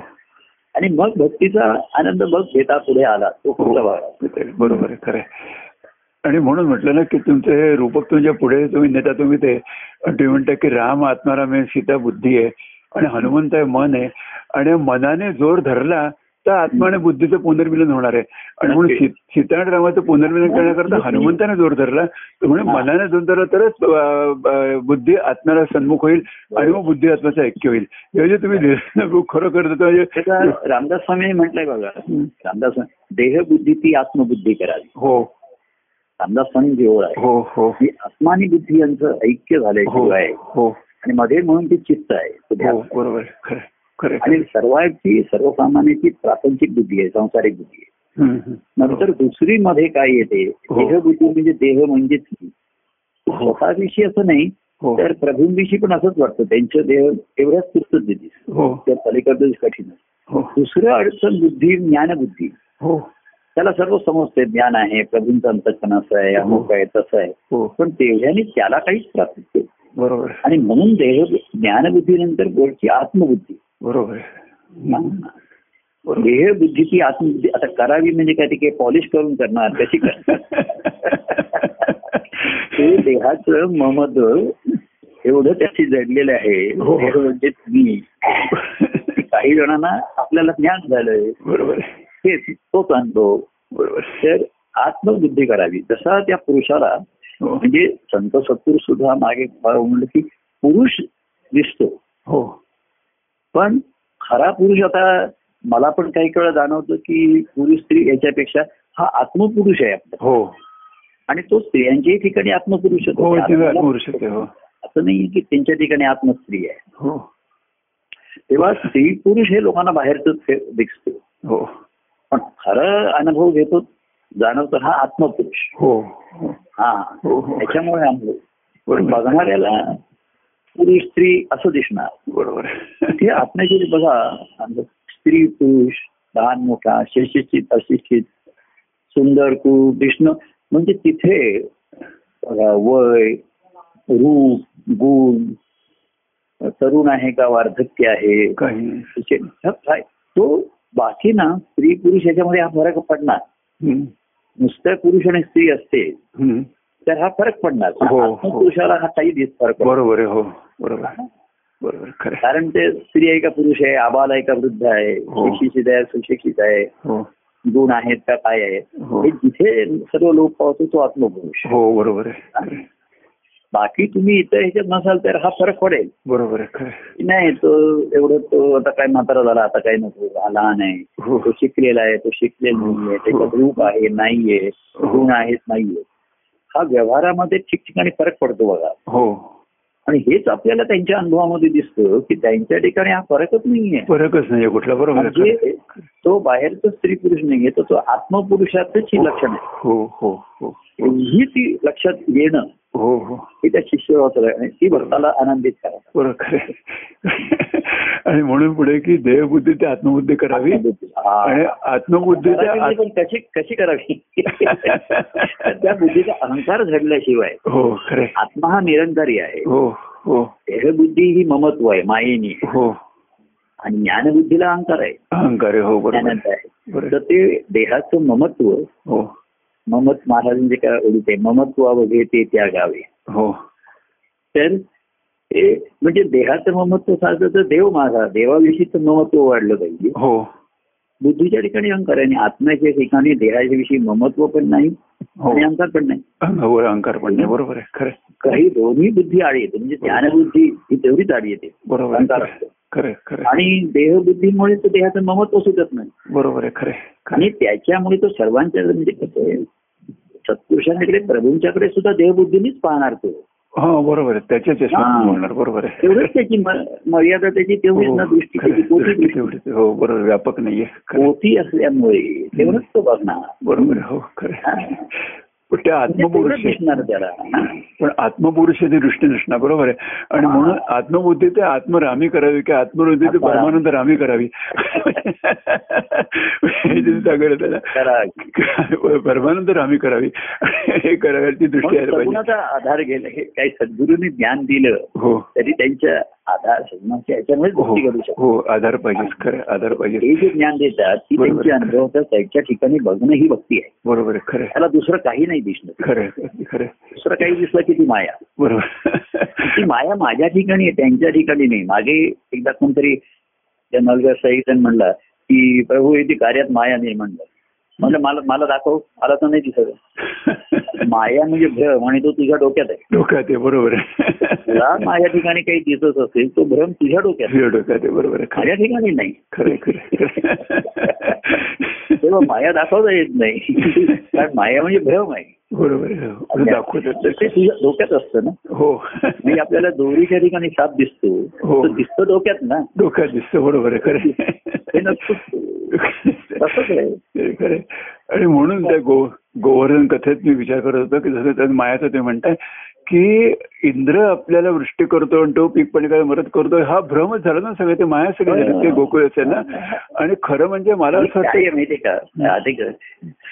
S1: आणि मग भक्तीचा आनंद बघ घेता पुढे आला तो
S2: हो
S1: कुठला भाग
S2: बरोबर आहे खरं आहे. आणि म्हणून म्हटलं ना की तुमचे हे रूपक तुमच्या पुढे तुम्ही नेता तुम्ही ते आणि तुम्ही म्हणता की राम आत्माराम आहे सीता बुद्धी आहे आणि हनुमंत आहे मन आहे आणि मनाने जोर धरला तर आत्मा आणि बुद्धीचं पुनर्मिलन होणार आहे आणि म्हणून
S1: नक्की.
S2: सी- सीता आणि रामाचं पुनर्मिलन करण्याकरता हनुमंताने जोर धरला तर म्हणून
S1: हा.
S2: मनाने जोर धरला तरच अं, अं, बुद्धी आत्म्याला सन्मुख होईल आणि मग बुद्धी आत्म्याचं ऐक्य होईल हे जे तुम्ही लिहिलं ना, खरोखर तर
S1: त्याचा
S2: म्हणजे
S1: रामदास स्वामी म्हटलंय बघा
S2: हं.
S1: रामदास स्वामी, देहबुद्धी ती आत्मबुद्धी करावी
S2: हो
S1: रामदास स्वामी जेवळ आहे
S2: हो हो
S1: ही आत्मा आणि बुद्धी यांचं ऐक्य
S2: हो
S1: झाल्याशिवाय आहे
S2: हो
S1: आणि मध्ये म्हणून ती चित्त आहे तो ध्यान
S2: हो बरोबर आहे. खरं आहे. खरं आहे.
S1: आणि सर्वांची सर्वसामान्याची प्रापंचिक बुद्धी आहे संसारिक बुद्धी आहे
S2: हम्म, हम्म.
S1: नंतर दुसरी मध्ये काय येते
S2: हो.
S1: देहबुद्धी म्हणजे देह म्हणजेच मी.
S2: हो.
S1: स्वतःविषयी असं नाही
S2: हो
S1: तर प्रभूंविषयी पण असंच वाटतं त्यांचं देह एवढ्याच पुस्तक दिलीस
S2: हो
S1: त्या पलीकडचं कठीण आहे.
S2: हो
S1: दुसरं अडचण बुद्धी ज्ञानबुद्धी
S2: हो
S1: त्याला सर्व समजते ज्ञान आहे प्रभूंचं अंतकरण असं आहे अमुक आहे तसं आहे
S2: हो
S1: पण तेवढ्याने त्याला काहीच प्राप्त होत नाही.
S2: बरोबर आहे.
S1: आणि म्हणून देह ज्ञानबुद्धीनंतर बोलची आत्मबुद्धी
S2: बरोबर आहे. हम्म. बरोबर
S1: देह बुद्धी ती आत्मबुद्धी आता करावी म्हणजे काय ते काही पॉलिश करून करणार कशी करणार ते देहाचं ममद एवढं त्याशी जडलेलं आहे
S2: हो.
S1: देह म्हणजे मी काही जणांना आपल्याला ज्ञान झालंय
S2: बरोबर आहे.
S1: तेच तोच अनुभव
S2: बरोबर आहे.
S1: तर आत्मबुद्धी करावी जसा त्या पुरुषाला
S2: हो
S1: म्हणजे संत सत्पुरुष सुद्धा मागे म्हणलं की पुरुष दिसतो
S2: हो
S1: पण खरा पुरुष आता मला पण काही वेळा जाणवतं की पुरुष स्त्री याच्यापेक्षा हा आत्मपुरुष आहे आपला
S2: हो
S1: आणि तो स्त्रियांच्याही ठिकाणी आत्मपुरुष होतो.
S2: हो ते
S1: आत्म्याला-
S2: होऊ शकते हो
S1: असं नाही की त्यांच्या ठिकाणी आत्मस्त्री आहे
S2: हो
S1: तेव्हा स्त्री पुरुष हे लोकांना बाहेरच दिसतो
S2: हो
S1: पण खरं अनुभव घेतो जाणवतो हा आत्मपुरुष
S2: हो हो
S1: हा
S2: हो, हो.
S1: त्याच्यामुळे अनुभव पण
S2: बरोबर आहे.
S1: बघणाऱ्याला पुरुष स्त्री असं दिसणार
S2: बरोबर
S1: हे
S2: आहे.
S1: आपल्याशी बघा आमचं स्त्री पुरुष लहान मोठा शिक्षित अशिक्षित सुंदर कुप विष्णू म्हणजे तिथे बघा, वय रूप गुण तरुण आहे का वार्धक्य आहे
S2: काही नाही.
S1: तिचे- हा काय? तो बाकी ना स्त्री पुरुष याच्यामध्ये हा फरक पडणार
S2: हम्म.
S1: नुसतं पुरुष आणि स्त्री असते
S2: हम्म.
S1: तर हा फरक पडणार पण
S2: हो, हो.
S1: आत्मपुरुषाला हा काही दिस फरक पडणार.
S2: बरोबर आहे हो बरोबर आहे. बरोबर आहे. खरं आहे.
S1: कारण ते स्त्री आहे का पुरुष आहे आबाल आहे का वृद्ध आहे
S2: हो.
S1: शिक्षित आहे सुशिक्षित आहे
S2: हो
S1: गुण आहेत का काय आहे
S2: हो.
S1: हे जिथे सर्व लोक पावतो तो आत्मपुरुष
S2: हो बरोबर आहे खरं आहे.
S1: बाकी तुम्ही इतर ह्याच्यात नसाल तर हा फरक पडेल
S2: बरोबर आहे खरं आहे.
S1: की नाही तो एवढं तो आता काय म्हातारा झाला आता काय नको हा लहान आहे
S2: हो
S1: तो शिकलेला आहे तो शिकलेला नाहीये त्याच्यात रूप आहे नाहीये
S2: हो.
S1: गुण आहेत नाहीये हा व्यवहारामध्ये ठिकठिकाणी फरक पडतो बघा
S2: हो
S1: आणि हेच आपल्याला त्यांच्या अनुभवामध्ये दिसतं की त्यांच्या ठिकाणी हा फरकच नाहीये
S2: फरकच नाही कुठला बरोबर आहे खरं आहे.
S1: म्हणजे तो बाहेरचा स्त्री पुरुष नाहीये तर तो आत्मपुरुषाचंच ही लक्षण आहे
S2: हो हो हो
S1: ही ती लक्षात येणं
S2: हो हो
S1: हे त्या शिष्यवासाला आणि ती भक्ताला आनंदित करा
S2: बरोबर खरं आहे. आणि म्हणून पुढे की देहबुद्धी ते आत्मबुद्धी करावी आणि आत्मबुद्धी ते
S1: आत्मबुद्धी
S2: आत-
S1: पण कशी कशी करावी त्या बुद्धीचा अहंकार झडल्याशिवाय
S2: हो खरे
S1: आत्मा हा निरंकारी आहे
S2: हो हो
S1: देहबुद्धी ही ममत्व आहे मायेनी आहे.
S2: हो
S1: आणि ज्ञानबुद्धीला अहंकार आहे
S2: अहंकार आहे, हो बरोबर आहे.
S1: ज्ञानाचा आहे
S2: बरोबर
S1: तर
S2: आहे.
S1: ते देहाचं ममत्व
S2: हो
S1: ममत महाराजांचे काय ओळीत आहे ममत्वा वगैरे ते त्या गावे
S2: हो
S1: तर हे म्हणजे देहाचं ममत्व साधलं तर देव माझा देवाविषयीचं ममत्व वाढलं पाहिजे
S2: हो
S1: बुद्धीच्या ठिकाणी अहंकार आहे आणि आत्म्याच्या ठिकाणी देहाच्या विषयी ममत्व पण नाही
S2: हो
S1: आणि अहंकार पण नाही
S2: अहं- हो अहंकार पण नाही बरोबर आहे खरं आहे.
S1: काही दोन्ही बुद्धी आळी येते म्हणजे ज्ञानबुद्धी ही तेवढीच आळी येते
S2: बरोबर आहे
S1: अहंकार
S2: खरं आहे.
S1: असतो.
S2: खरं आहे, खरं आहे.
S1: आणि देहबुद्धीमुळे तर देहाचं ममत्व सुटत नाही
S2: बरोबर आहे खरं आहे. खरं आहे.
S1: आणि त्याच्यामुळे तो सर्वांच्या म्हणजे कसं आहे सत्पुरुषांकडे प्रभूंच्याकडे सुद्धा देहबुद्धीनेच पाहणार तो
S2: हा हो, बरोबर आहे त्याच्या चष्म्यात
S1: हा.
S2: होणार बरोबर आहे
S1: तेवढीच त्याची म- मर्यादा त्याची तेवढीच
S2: हो,
S1: ना दृष्टी
S2: खरं
S1: त्याची हो. कोटी
S2: आहे. दृष्टी
S1: दृष्टी
S2: तेवढीच आहे. हो बरोबर व्यापक नाहीये खरं आहे.
S1: कोटी असल्यामुळे तेवढंच तो बघणार
S2: बरोबर आहे, हो खरं आहे. पण त्या
S1: तेवढंच
S2: आत्मपुरुष
S1: दिसणार त्याला
S2: पण आत्मपुरुषाची दृष्टी नसणार बरोबर आहे आणि
S1: हा.
S2: म्हणून आत्मबुद्धी ते आत्मरामी करावी की आत्मवृद्धी ते
S1: आत्मा-
S2: परमानंद रामी करावी हे जे सांगितलं त्याला
S1: त्याला
S2: परमानंद रामी करावी हे करायची दृष्टी
S1: म्हणून
S2: यायला पाहिजे
S1: सगुणाचा आधार गेला हे काही सद्गुरूंनी ज्ञान दिलं
S2: हो
S1: तरी त्यांच्या आधार सन्मानच्या याच्यामुळे
S2: हो
S1: गोष्टी घडू शकतात
S2: हो आधार पाहिजे खरं आहे, आधार
S1: हे
S2: पाहिजे
S1: जे ज्ञान देतात ती
S2: बरोबर.
S1: त्यांची अनुभव त्यांच्या ठिकाणी बघणं ही भक्ती आहे
S2: बरोबर आहे खरं आहे,
S1: त्याला दुसरं काही नाही दिसणं
S2: खरं आहे, खरं आहे.
S1: दुसरं काही दिसलं की ती माया ती
S2: बरोबर
S1: माया माझ्या ठिकाणी आहे त्यांच्या ठिकाणी नाही मागे एकदा कोणतरी त्या नलगर जण म्हणला की प्रभू येथे कार्यात माया निर्माण झाली म्हणलं मला मला दाखव मला तर नाही दिसत माया म्हणजे भ्रम आणि तो तुझ्या डोक्यात आहे
S2: डोक्यात आहे बरोबर
S1: तुला
S2: आहे
S1: माझ्या ठिकाणी काही दिसत असेल तो भ्रम तुझ्या डोक्यात आहे.
S2: तुझ्या डोक्यात आहे बरोबर आहे खरं
S1: माझ्या ठिकाणी नाही
S2: खरं खरं
S1: तेव्हा माया दाखवता येत नाही कारण माया म्हणजे भ्रम आहे
S2: बरोबर आहे हो. दाखवतात
S1: तर ते तुझ्या डोक्यात असतं ना
S2: हो
S1: म्हणजे आपल्याला दोरीच्या ठिकाणी साप दिसतो
S2: हो.
S1: तो दिसतो डोक्यात ना
S2: डोक्यात दिसतं बरोबर आहे खरं
S1: हे
S2: आहे.
S1: नसतो तसंच आहे
S2: ते खरं आहे. आणि म्हणून त्या गो गोवर्धन कथेत मी विचार करत होतो की जसं त्यात मायाचं ते म्हणताय की इंद्र आपल्याला वृष्टी करतो आणि तो पीक पाणी मदत करतो हा भ्रमच झाला ना सगळं ते माया सगळे ते गोकुळ असेल ना आणि खरं म्हणजे मला
S1: काय
S2: असं
S1: आहे
S2: वाटतं
S1: माहितीये का अधिक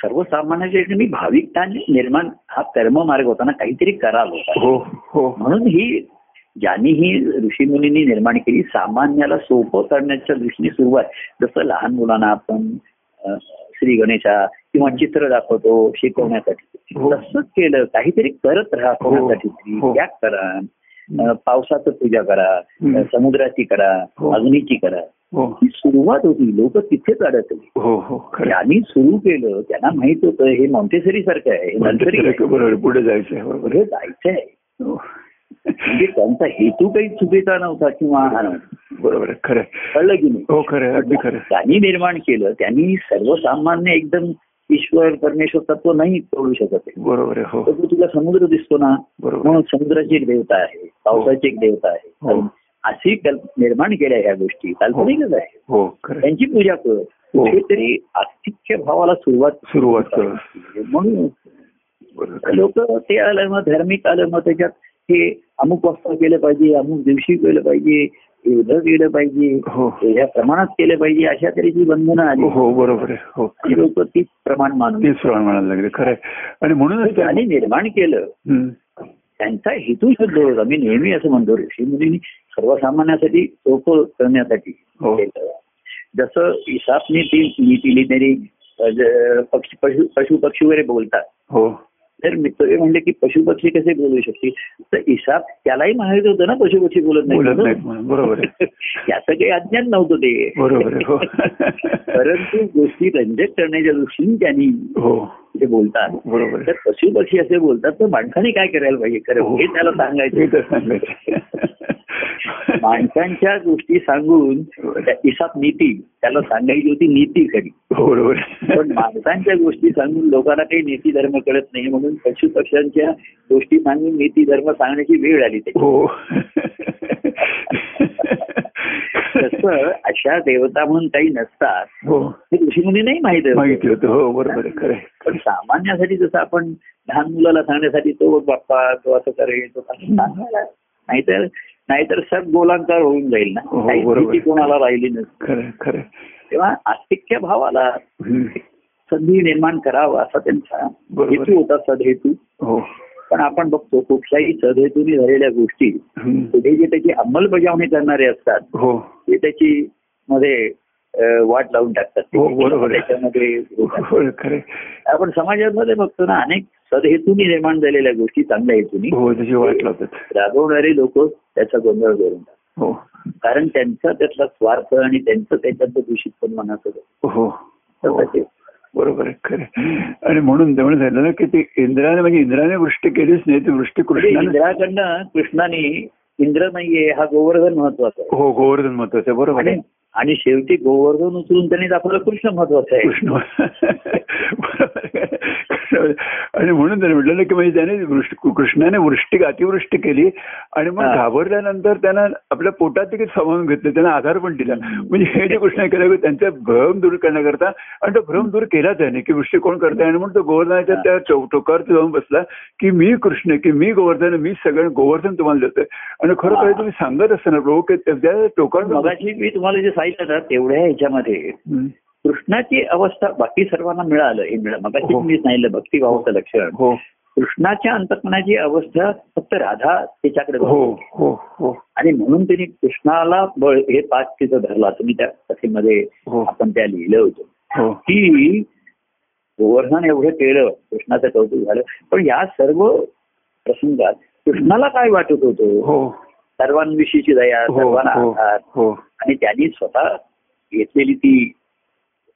S1: सर्वसामान्याच्या ठिकाणी भाविकता निर्माण हा कर्ममार्ग होता ना काहीतरी कराल होता
S2: हो हो
S1: म्हणून ही ज्यांनी ही ऋषीमुनींनी निर्माण केली सामान्याला सोपं करण्याच्या दृष्टीने सुरुवात जसं लहान मुलांना आपण अ, श्री गणेशा किंवा चित्र दाखवतो शिकवण्यासाठी
S2: हो.
S1: तसंच केलं काहीतरी करत राहा
S2: हो.
S1: कोणासाठी तरी.
S2: हो.
S1: त्याग करा अ, पावसाचं पूजा करा
S2: हम्म.
S1: अ, समुद्राची करा
S2: हो.
S1: अग्नीची करा
S2: हो
S1: ही सुरुवात होती लोक तिथेच अडकली
S2: हो हो खरं आहे.
S1: ज्यांनी सुरू केलं त्यांना माहित होतं हे मॉन्टेसरी सारखं आहे हे नंतरी आहे.
S2: बरोबर पुढे जायचं आहे बरोबर
S1: पुढे जायचंय
S2: हो.
S1: म्हणजे त्यांचा हेतू काही चुकीचा नव्हता किंवा हा नव्हता.
S2: बरोबर आहे, खरं आहे.
S1: कळलं की नाही
S2: हो खरं आहे, अगदी खरं आहे.
S1: त्यांनी निर्माण केलं त्यांनी सर्वसामान्य एकदम ईश्वर परमेश्वर तत्व नाही कळू शकत आहे.
S2: बरोबर आहे
S1: तर
S2: हो
S1: तो तुला समुद्र दिसतो ना
S2: बरोबर
S1: म्हणून समुद्राची एक देवता आहे पावसाची एक देवता आहे
S2: हो.
S1: अशी कल्प- निर्माण केल्या ह्या गोष्टी काल्पनिकच आहे
S2: हो खरं आहे.
S1: त्यांची पूजा कर कुठेतरी आस्तिक्य भावाला सुरुवात
S2: सुरुवात कर
S1: म्हणून
S2: बरोबर आहे.
S1: लोक ते आलं मग धार्मिक आलं मग त्याच्यात हे अमुक वाजता केलं पाहिजे अमुक दिवशी केलं पाहिजे एवढं केलं पाहिजे
S2: हो
S1: एवढ्या प्रमाणात केलं पाहिजे अशा तऱ्हेची बंधनं आली
S2: हो बरोबर आहे हो
S1: लोक तीच प्रमाण मानून
S2: तेच प्रमाण म्हणायला लागले खरं आहे. आणि म्हणूनच त्या-
S1: त्यांनी निर्माण केलं
S2: हं.
S1: त्यांचा हेतू शुद्ध होता मी नेहमी असं म्हणतो ऋषी मुलींनी सर्वसामान्यासाठी सोपं करण्यासाठी
S2: हो.
S1: केलं जसं इसापने ती नीती लिहिणारी अ, ज- पक्षी पशु पशु पक्षी वगैरे बोलतात
S2: हो
S1: तर मित्र म्हणले की पशु पक्षी कसे बोलू शकतील तर इसाप त्यालाही म्हणायचं होतं ना पशु पक्षी बोलत
S2: बोलत
S1: नाही
S2: नाहीत म्हणून बरोबर आहे
S1: याचं काही अज्ञान नव्हतं ते
S2: बरोबर आहे हो
S1: परंतु गोष्टी रंजक करण्याच्या दृष्टीने त्यांनी
S2: हो
S1: ते बोलतात
S2: बरोबर
S1: तर
S2: आहे
S1: पशु पक्षी असे बोलतात तर माणसाने काय करायला पाहिजे खरं
S2: हो.
S1: हे त्याला
S2: हे तर
S1: सांगायचं
S2: सांगायचं.
S1: माणसांच्या गोष्टी सांगून त्या इसाप नीती त्याला सांगायची होती नीती खरी
S2: हो, बरोबर
S1: पण
S2: आहे.
S1: माणसांच्या गोष्टी सांगून लोकांना काही नीती धर्म कळत नाही म्हणून पशु पक्ष्यांच्या गोष्टी सांगून नीती धर्म सांगण्याची वेळ आली त्याची
S2: हो
S1: तसं अशा देवता म्हणून काही नसतात
S2: हो
S1: हे ऋषीमुनी नाही माहित आहे.
S2: माहिती होतं हो बरोबर आहे खरं आहे.
S1: पण सामान्यासाठी जसं आपण लहान मुलाला सांगण्यासाठी तो बघ बाप्पा तो असं करेल तो असं सांगायला नाहीतर नाहीतर सब गोलांकार होऊन जाईल ना
S2: हो,
S1: काहीच
S2: बरोबर.
S1: भीती कोणाला राहिली नसते
S2: खरं आहे, खरं आहे.
S1: तेव्हा आस्तिक्य भावाला
S2: हं.
S1: संधी निर्माण करावा असा त्यांचा
S2: बरोबर.
S1: हेतू होता सदहेतू
S2: हो
S1: पण आपण बघतो कुठल्याही सदहेतूने झालेल्या गोष्टी
S2: हं.
S1: पुढे जे त्याची अंमलबजावणी करणारे असतात
S2: हो
S1: ते त्याची मध्ये अं, वाट लावून टाकतात
S2: हो, बरोबर आहे.
S1: त्याच्यामध्ये
S2: हो, खरं आहे.
S1: आपण समाजामध्ये बघतो ना अनेक सदहेतूनी निर्माण झालेल्या गोष्टी चांगल्या हेतूनी
S2: हो त्याची वाट लावतात
S1: राबवणारे लोक त्याचा गोंधळ करून टाकतात.
S2: हो
S1: कारण त्यांचा त्यातला स्वार्थ आणि त्यांचं त्याच्यातलं दूषितपण मनात होतं.
S2: हो
S1: तर
S2: हो.
S1: त्याचे-
S2: बरोबर आहे खरं आहे. आणि म्हणून तेवढं झालं ना की ते इंद्राने म्हणजे इंद्राने वृष्टी केलीच नाही ती वृष्टी
S1: म्हणजे
S2: कृष्णाने
S1: इंद्राकडनं कृष्णाने इंद्र नाहीये हा गोवर्धन महत्वाचा आहे
S2: हो गोवर्धन महत्वाचं आहे, बरोबर आहे
S1: आणि- आणि शेवटी गोवर्धन उचलून त्यांनी दाखवलं कृष्ण महत्वाचं आहे
S2: कृष्ण बरोबर आहे. आणि म्हणून त्याने म्हटलं ना की म्हणजे त्याने वृष्टी- कृष्णाने वृष्टी अतिवृष्टी केली आणि मग
S1: हा.
S2: घाबरल्यानंतर त्यांना आपल्या पोटात देखील सामावून घेतलं त्यांना आधार पण दिला म्हणजे हे जे कृष्ण केलं त्यांचा भ्रम दूर करण्याकरता आणि तो भ्रम दूर केला त्याने की वृष्टी कोण करताय आणि म्हणून तो गोवर्धनाच्या त्या चौ- टोकावर जाऊन बसला की मी कृष्ण की मी गोवर्धन मी सगळं गोवर्धन तुम्हाला देतोय आणि खरं खरं तुम्ही सांगत असताना प्रभू की त्या
S1: पण
S2: टोकावर
S1: मगाशी मी तुम्हाला जे सांगितलं ना तेवढ्या ह्याच्यामध्ये
S2: हं.
S1: कृष्णाची अवस्था बाकी सर्वांना मिळालं हे मिळालं मगाशी
S2: हो.
S1: मी सांगितलं भक्तिभावाचं लक्षण
S2: हो
S1: कृष्णाच्या अंतकणाची अवस्था फक्त राधा तिच्याकडे
S2: हो
S1: बघते.
S2: हो हो
S1: आणि म्हणून त्यांनी कृष्णाला बळ हे पाच तिचं धरला तुम्ही त्या कथेमध्ये
S2: हो
S1: आपण त्या लिहिलं होतं
S2: हो
S1: की गोवर्धन एवढं केलं कृष्णाचं कौतुक झालं पण या सर्व प्रसंगात कृष्णाला काय वाटत होतं
S2: हो
S1: सर्वांविषयीची दया
S2: हो,
S1: सर्वांना
S2: हो,
S1: आधार
S2: हो
S1: आणि त्यांनी स्वतः घेतलेली ती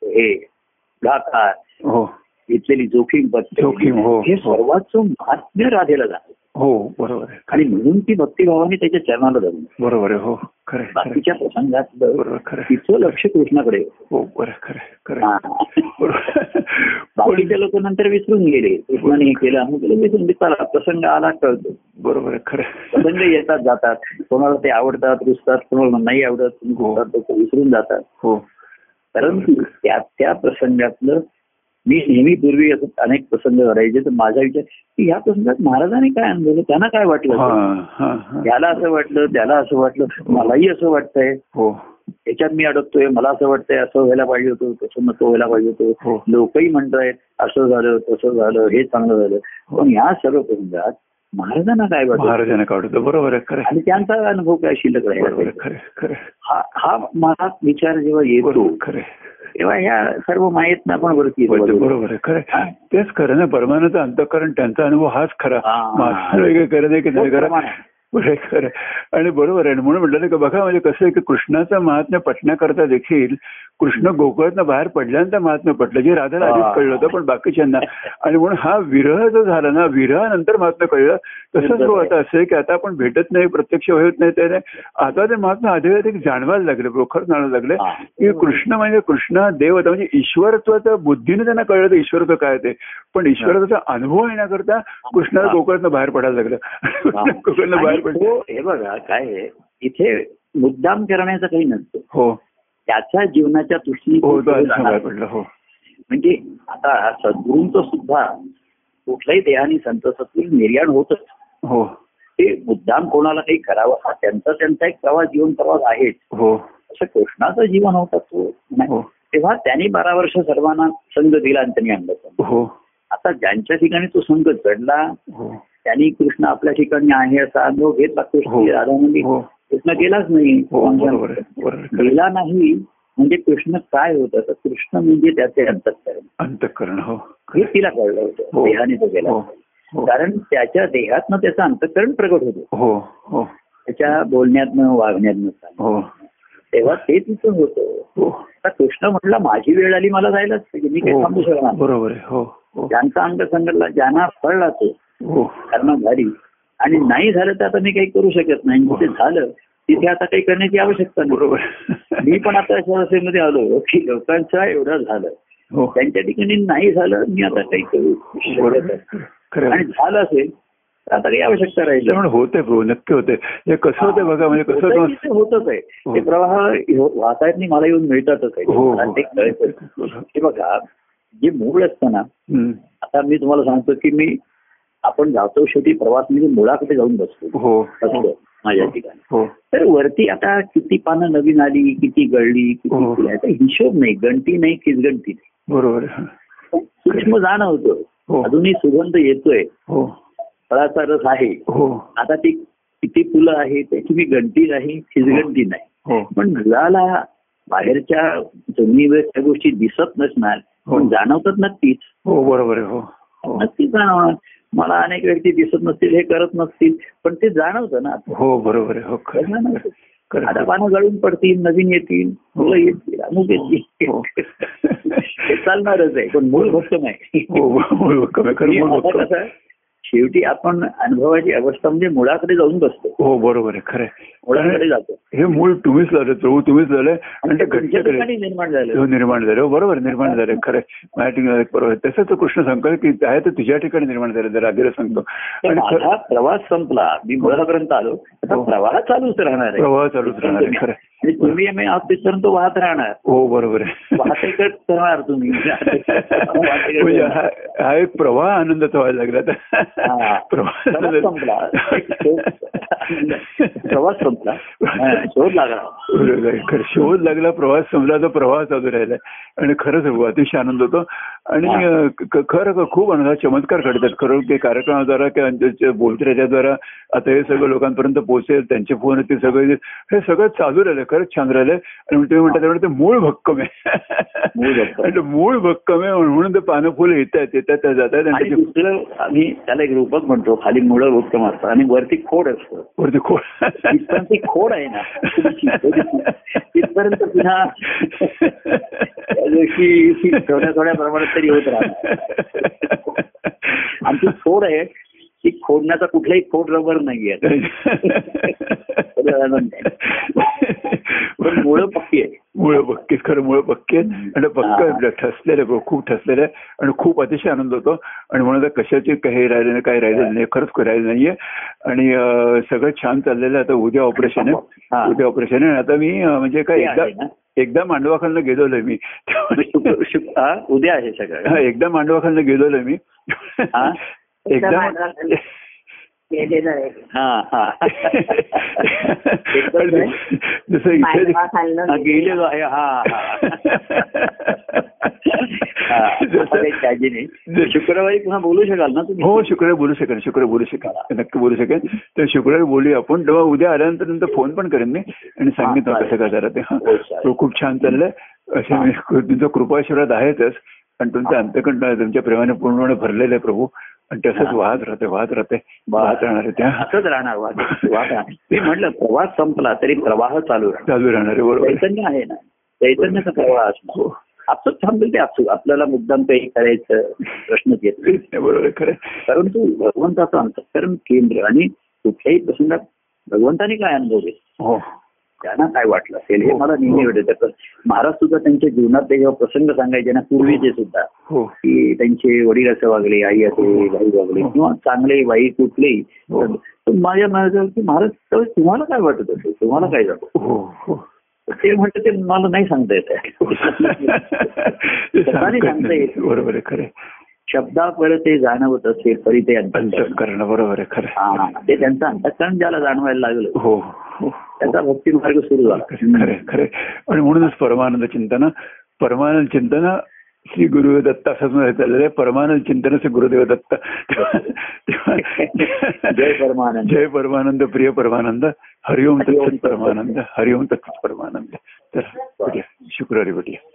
S1: हे पुढाकार
S2: हो
S1: घेतलेली जोखीम बघते
S2: जोखीम, हो,
S1: हे
S2: हो.
S1: सर्वांचं महात्म्य राधेला जातं
S2: हो बरोबर आहे
S1: आणि म्हणून ती भक्तिभावाने त्याच्या चरणाला धरून
S2: बरोबर आहे हो खरं आहे, खरं आहे.
S1: बाकीच्या प्रसंगात
S2: बरोबर खरं आहे.
S1: तिचं लक्ष कृष्णाकडे
S2: हो बरं आहे, खरं आहे, खरं आहे.
S1: हा.
S2: बरोबर
S1: बाकीचे लोक नंतर विसरून गेले कृष्णाने हे केलं अमुक केलं विसरून चला प्रसंग आला कळतो
S2: बरोबर आहे, खरं आहे.
S1: प्रसंग येतात जातात कोणाला ते आवडतात रुचतात कोणाला नाही आवडत
S2: हो.
S1: रुचतात, लोक विसरून जातात
S2: हो
S1: परंतु त्या त्या प्रसंगातलं मी नेहमी पूर्वी असं अनेक प्रसंग करायचे तर माझा विचार की या प्रसंगात महाराजांनी काय अनुभवलं त्यांना काय
S2: हा,
S1: वाटलं
S2: हा, हा.
S1: याला असं वाटलं त्याला असं वाटलं मलाही असं वाटतंय
S2: हो
S1: याच्यात मी अडकतोय मला असं वाटतंय असं व्हायला पाहिजे होतं तसं नको व्हायला पाहिजे
S2: हो.
S1: होतं लोकही म्हणतायत असं झालं तसं झालं हे चांगलं झालं
S2: हो.
S1: पण या सर्व प्रसंगात महाराजांना काय वाटत
S2: महाराजांना काढतो बरोबर आहे खरं आहे.
S1: आणि त्यांचा अनुभव काय शिल्लक राहिला
S2: बरोबर आहे,
S1: पाहिजे.
S2: खरं आहे, खरं आहे.
S1: हा हा मनात विचार जेव्हा येतो
S2: बरोबर खरं आहे.
S1: तेव्हा ह्या सर्व माहित आपण वरती
S2: बरोबर
S1: येतो
S2: बरोबर आहे खरं आहे. तेच खरं ना परमानंद अंतकरण त्यांचा अनुभव हाच खरा
S1: हा.
S2: माझा वेगळं खरं नाही की नाही
S1: तो
S2: खरं
S1: प्रमाण आहे.
S2: बरं आहे, खरं आहे. आणि बरोबर आहे आणि म्हणून म्हटलं ना की बघा म्हणजे कसं आहे की कृष्णाचं महात्म्य पटण्याकरता देखील कृष्ण गोकुळातनं बाहेर पडल्यानंतर महात्म्य पटलं जे राधाला
S1: हा.
S2: आधीच कळलं होतं पण बाकीच्यांना आणि म्हणून हा विरह जो झाला ना विरहानंतर महात्म्य कळलं तसंच
S1: बरोबर
S2: तो
S1: आहे.
S2: आता असं आहे की आता आपण भेटत नाही प्रत्यक्ष होत नाही त्याने आता ते महात्मा अधिकाधिक जाणवायला लागले प्रोखर जाणायला लागले
S1: हा.
S2: की कृष्ण म्हणजे कृष्ण देवता म्हणजे ईश्वरत्वाचं बुद्धीने त्यांना कळलं तर ईश्वरत्व काय ते पण ईश्वरत्वाचा अनुभव येण्याकरता कृष्णाला
S1: हा.
S2: गोकुळातनं बाहेर पडायला लागलं कोकणला
S1: आणि
S2: बाहेर पडलं
S1: तो- हे बघा काय आहे, इथे मुद्दाम करण्याचं काही नसतं
S2: हो
S1: त्याच्या जीवनाच्या
S2: हो तो आज बाहेर
S1: दृष्टीने
S2: पडलं हो
S1: म्हणजे आता सद्गुरूंचं सुद्धा कुठल्याही देहाने संत सद्गुरू निर्याण होतच
S2: हो
S1: ते मुद्दाम कोणाला काही करावं हा त्यांचा त्यांचा एक प्रवास जीवन प्रवास आहेच
S2: हो
S1: असं कृष्णाचं जीवन होतं तो
S2: हो
S1: तेव्हा त्यांनी बारा वर्ष सर्वांना संघ दिला आणि त्यांनी आणलं संघ.
S2: हो
S1: आता ज्यांच्या ठिकाणी तो संघ चढला
S2: हो
S1: त्यांनी कृष्ण आपल्या ठिकाणी आहे असा अनुभव घेतला
S2: हो.
S1: कृष्ण राधा म्हणजे
S2: हो
S1: कृष्ण गेलाच नाही म्हणजे
S2: हो बरोबर आहे बरोबर आहे. खरं आहे.
S1: गेला नाही म्हणजे कृष्ण काय होतं तर कृष्ण म्हणजे त्याचे अंतःकरण
S2: अंतःकरण हो
S1: हे तिला कळलं होतं
S2: हो.
S1: देहाने तो गेला
S2: हो हो
S1: कारण त्याच्या देहातनं त्याचं अंतकरण प्रगट होतं
S2: हो हो
S1: त्याच्या बोलण्यातनं वागण्यातनं चालणं.
S2: हो
S1: तेव्हा ते तिथं होतं
S2: हो
S1: आता कृष्ण म्हटला माझी वेळ आली मला जायलाच पाहिजे मी काही
S2: हो.
S1: थांबू शकणार नाही.
S2: बरोबर आहे हो हो
S1: ज्यांचा अंग संगतला ज्यांना फळला तो
S2: हो
S1: कारण झाली आणि नाही झालं तर आता मी काही करू शकत नाही जिथे झालं तिथे आता काही करण्याची आवश्यकता नाही
S2: हो. बरोबर
S1: मी पण आता अशा अवस्थेमध्ये आलो की लोकांचं एवढं झालं
S2: हो
S1: त्यांच्या ठिकाणी नाही झालं मी आता काही करू शकत
S2: बरोबर
S1: नाही.
S2: आहे. खरं आहे.
S1: आणि झालं असेल तर आता काही आवश्यकता राहील
S2: त्यामुळे होते भाऊ नक्की होते हे कसं होतं बघा म्हणजे कसं
S1: होतंय
S2: होतं
S1: की ते होतच आहे
S2: हो.
S1: ते प्रवाह हो- वाहतायत आणि मला येऊन मिळतातच आहे
S2: हो,
S1: मला
S2: हो.
S1: ते कळतं. हे बघा जे मूळ असतं ना
S2: हम्म.
S1: आता मी तुम्हाला सांगतो की मी आपण जातो शेवटी प्रवास म्हणजे मुळाकडे जाऊन बसतो
S2: हो
S1: असतो माझ्या ठिकाणी
S2: हो
S1: तर वरती आता किती पानं नवीन आली किती गळली
S2: हो.
S1: किती फुलं, याचा हिशोब नाही गणती नाही किसगणती नाही.
S2: बरोबर आहे.
S1: पण सूक्ष्म
S2: हो.
S1: जाणवतं अजूनही सुगंध येतोय
S2: हो
S1: फळाचा रस आहे
S2: हो
S1: आता ती किती फुलं आहेत त्याची मी गणती नाही खिजगणती नाही
S2: हो
S1: पण मुलाला बाहेरच्या जमिनीवर त्या गोष्टी दिसत नसणार
S2: हो.
S1: पण जाणवतात नक्कीच
S2: हो बरोबर आहे हो हो
S1: नक्कीच जाणवणार मला अनेक व्यक्ती दिसत नसतील हे करत नसतील पण ते जाणवतं ना
S2: हो बरोबर आहे हो खरं आहे.
S1: जाणवतं.
S2: खरं
S1: आता
S2: आहे.
S1: पानं गळून पडतील नवीन येतील मुलं येतील अमुक
S2: हो.
S1: येतील हे चालणारच आहे पण मूळ भक्त नाही
S2: हो, हो, मूळ भक्कम आहे, खरं
S1: आणि
S2: मूळ
S1: आता
S2: भक्कम.
S1: कसं आहे, शेवटी आपण अनुभवाची अवस्था म्हणजे मुळाकडे जाऊन बसतो
S2: हो बरोबर आहे खरं आहे.
S1: मुळाकडे जातो
S2: हे मूळ तुम्हीच लावलं प्रभू तुम्हीच लावलंय आणि ते
S1: तुमच्या
S2: घटनेकडे
S1: ठिकाणी निर्माण झालं
S2: हो, निर्माण झाले हो, बरोबर निर्माण झाले खरं आहे. माझ्या ठिकाणी बरोबर आहे. तसंच तो कृष्ण सांगतो की आहे तर तुझ्या ठिकाणी निर्माण झालं जर आधीला सांगतो
S1: तर
S2: आणि खरं-
S1: माझा प्रवास संपला मी मुळापर्यंत आलो आता
S2: हो.
S1: प्रवाह चालूच राहणार आहे
S2: प्रवाह चालूच राहणार आहे खरं आहे.
S1: आणि तुम्ही आम्ही आहोत तिथपर्यंत वाहत राहणार
S2: हो बरोबर आहे
S1: वाहतेकट करणार तुम्ही वाहतेकट
S2: म्हणजे
S1: करणार.
S2: हा हा एक प्रवाह आनंदाचा व्हायला लागला
S1: हा.
S2: आता प्रवाह
S1: प्रवास संपला एक शोध. प्रवास संपला हा,
S2: Ah,
S1: शोध लागला
S2: बरोबर आहे. खरं शोध लागला प्रवास संपला तर प्रवाह चालू राहिला आणि खरंच अतिशय आनंद होतो आणि अ, क- खरं ख- खूप अनघा चमत्कार घडतात खरं ते कार्यक्रमाद्वारा किंवा ज्याच्या बोलते त्याच्याद्वारा आता हे सगळं लोकांपर्यंत पोहोचेल त्यांचे फोन ते सगळे हे सगळं चालू राहिलं खरंच छान राहिलं आणि तुम्ही म्हणता त्यामुळे ते मूळ भक्कम
S1: मूळ
S2: आहे
S1: भक्कम.
S2: आणि मूळ भक्कम आहे म्हणून ते पानं फुलं येत आहेत येतात जात आहेत आणि
S1: आणि
S2: त्याचे
S1: दुसरं आम्ही त्याला एक रूपक म्हणतो खाली मुळं भक्कम असतं आणि वरती खोड असतं
S2: वरती खोड
S1: तिथपर्यंत ती खोड आहे ना तिथपर्यंत पुन्हा त्या गोष्टी थोड्या थोड्या प्रमाणात तरी होत राहतात आणि ती खोड आहे ती खोडण्याचा कुठलाही खोड रबर नाहीये पण मुळं पक्की आहे
S2: मुळे पक्की खरं मुळे पक्की आणि पक्क
S1: हा.
S2: ठसलेलं आहे, खूप ठसलेलं आहे आणि खूप अतिशय आनंद होतो आणि म्हणून आता कशाचे काही राहिले नाही काही राहिलेलं नाही खरंच काही राहिलं नाहीये आणि अं, सगळं छान चाललेलं आहे आता उद्या ऑपरेशन
S1: हा.
S2: आहे उद्या ऑपरेशन आहे आणि आता मी अं, म्हणजे काय
S1: ते आहे
S2: एकदा
S1: ना.
S2: एकदा मांडवाखालनं गेलोय मी
S1: शुक्र- शुक्र- हा, उद्या आहे
S2: हा,
S1: सगळं
S2: एकदा मांडवाखालनं गेलोय मी
S1: हा?
S2: एकदा
S3: केलेलं आहे
S1: हा हा एकदाच
S2: आणि
S1: आहे?
S2: जसं इथे
S3: मांडवा खालनं
S1: हा,
S3: गेलेलं.
S1: गेलेलो आहे हा हा हा, आता काही काळजी नाही शुक्रवारी पुन्हा बोलू शकाल ना तुम्ही
S2: हो शुक्रवारी बोलू शकेन शुक्रवारी बोलू शकेन नक्की बोलू शकेन तर शुक्रवारी बोलूया आपण तेव्हा उद्या आल्यानंतर नंतर फोन पण करेन मी आणि सांगितलं
S1: हा,
S2: कसं काय जरा ते हा
S1: हो, चालेल.
S2: तो खूप छान चाललंय असे मी तुमचं कृपाशिवरात आहेतच आणि तुमचं अंतकंड तुमच्या प्रेमाने पूर्णपणे भरलेलं आहे प्रभू आणि तसंच
S1: हा.
S2: वाहत राहते वाहत राहते वाहत राहणार आहे त्या
S1: असंच राहणार वाद वाद राहणार. मी म्हटलं प्रवास संपला तरी प्रवाह चालू राहणार
S2: चालू राहणार आहे बरोबर आहे.
S1: चैतन्य आहे ना चैतन्याचा प्रवाह असणार
S2: हो
S1: आपण थांबेल ते असू आपल्याला मुद्दाम काही करायचं प्रश्नच येत नाही.
S2: बरोबर आहे खरं आहे.
S1: परंतु भगवंताचं अंतकरण केंद्र आणि कुठल्याही प्रसंगात भगवंताने काय अनुभव घेतला
S2: हो
S1: त्यांना काय वाटलं असेल हे मला नेहमी वाटत महाराज सुद्धा त्यांच्या जीवनात ते जेव्हा प्रसंग सांगायचे ना पूर्वीचे सुद्धा
S2: हो
S1: की त्यांचे वडील असं वागले आई असे भाई वागले किंवा चांगले वाईट कुठलेही
S2: हो.
S1: तर माझ्या मनात की महाराज तर तुम्हाला काय वाटत असेल तुम्हाला काय जातो
S2: हो हो
S1: ते म्हणतात ते मला नाही सांगता येत आहे.
S2: ते सांगत नाही. बरोबर आहे खरे
S1: शब्दावर ते जाणवत असे तरी ते अंतःकरण.
S2: करणं बरोबर आहे खरं
S1: हा, ते त्यांचं अंतकरण ज्याला जाणवायला लागलं
S2: हो हो
S1: त्याचा भक्ती मार्ग सुरू झाला
S2: खरे खरे आणि म्हणूनच परमानंद चिंतन परमानंद चिंतन श्री गुरुदेव दत्त असंच मला चाललेलं आहे परमानंद चिंतन श्री गुरुदेव दत्त
S1: जय परमानंद.
S2: जय परमानंद प्रिय परमानंद हरिओम
S1: हरिओम
S2: तत्सत परमानंद हरिओम तत्सत परमानंद तर भेटूया. शुक्रवारी भेटूया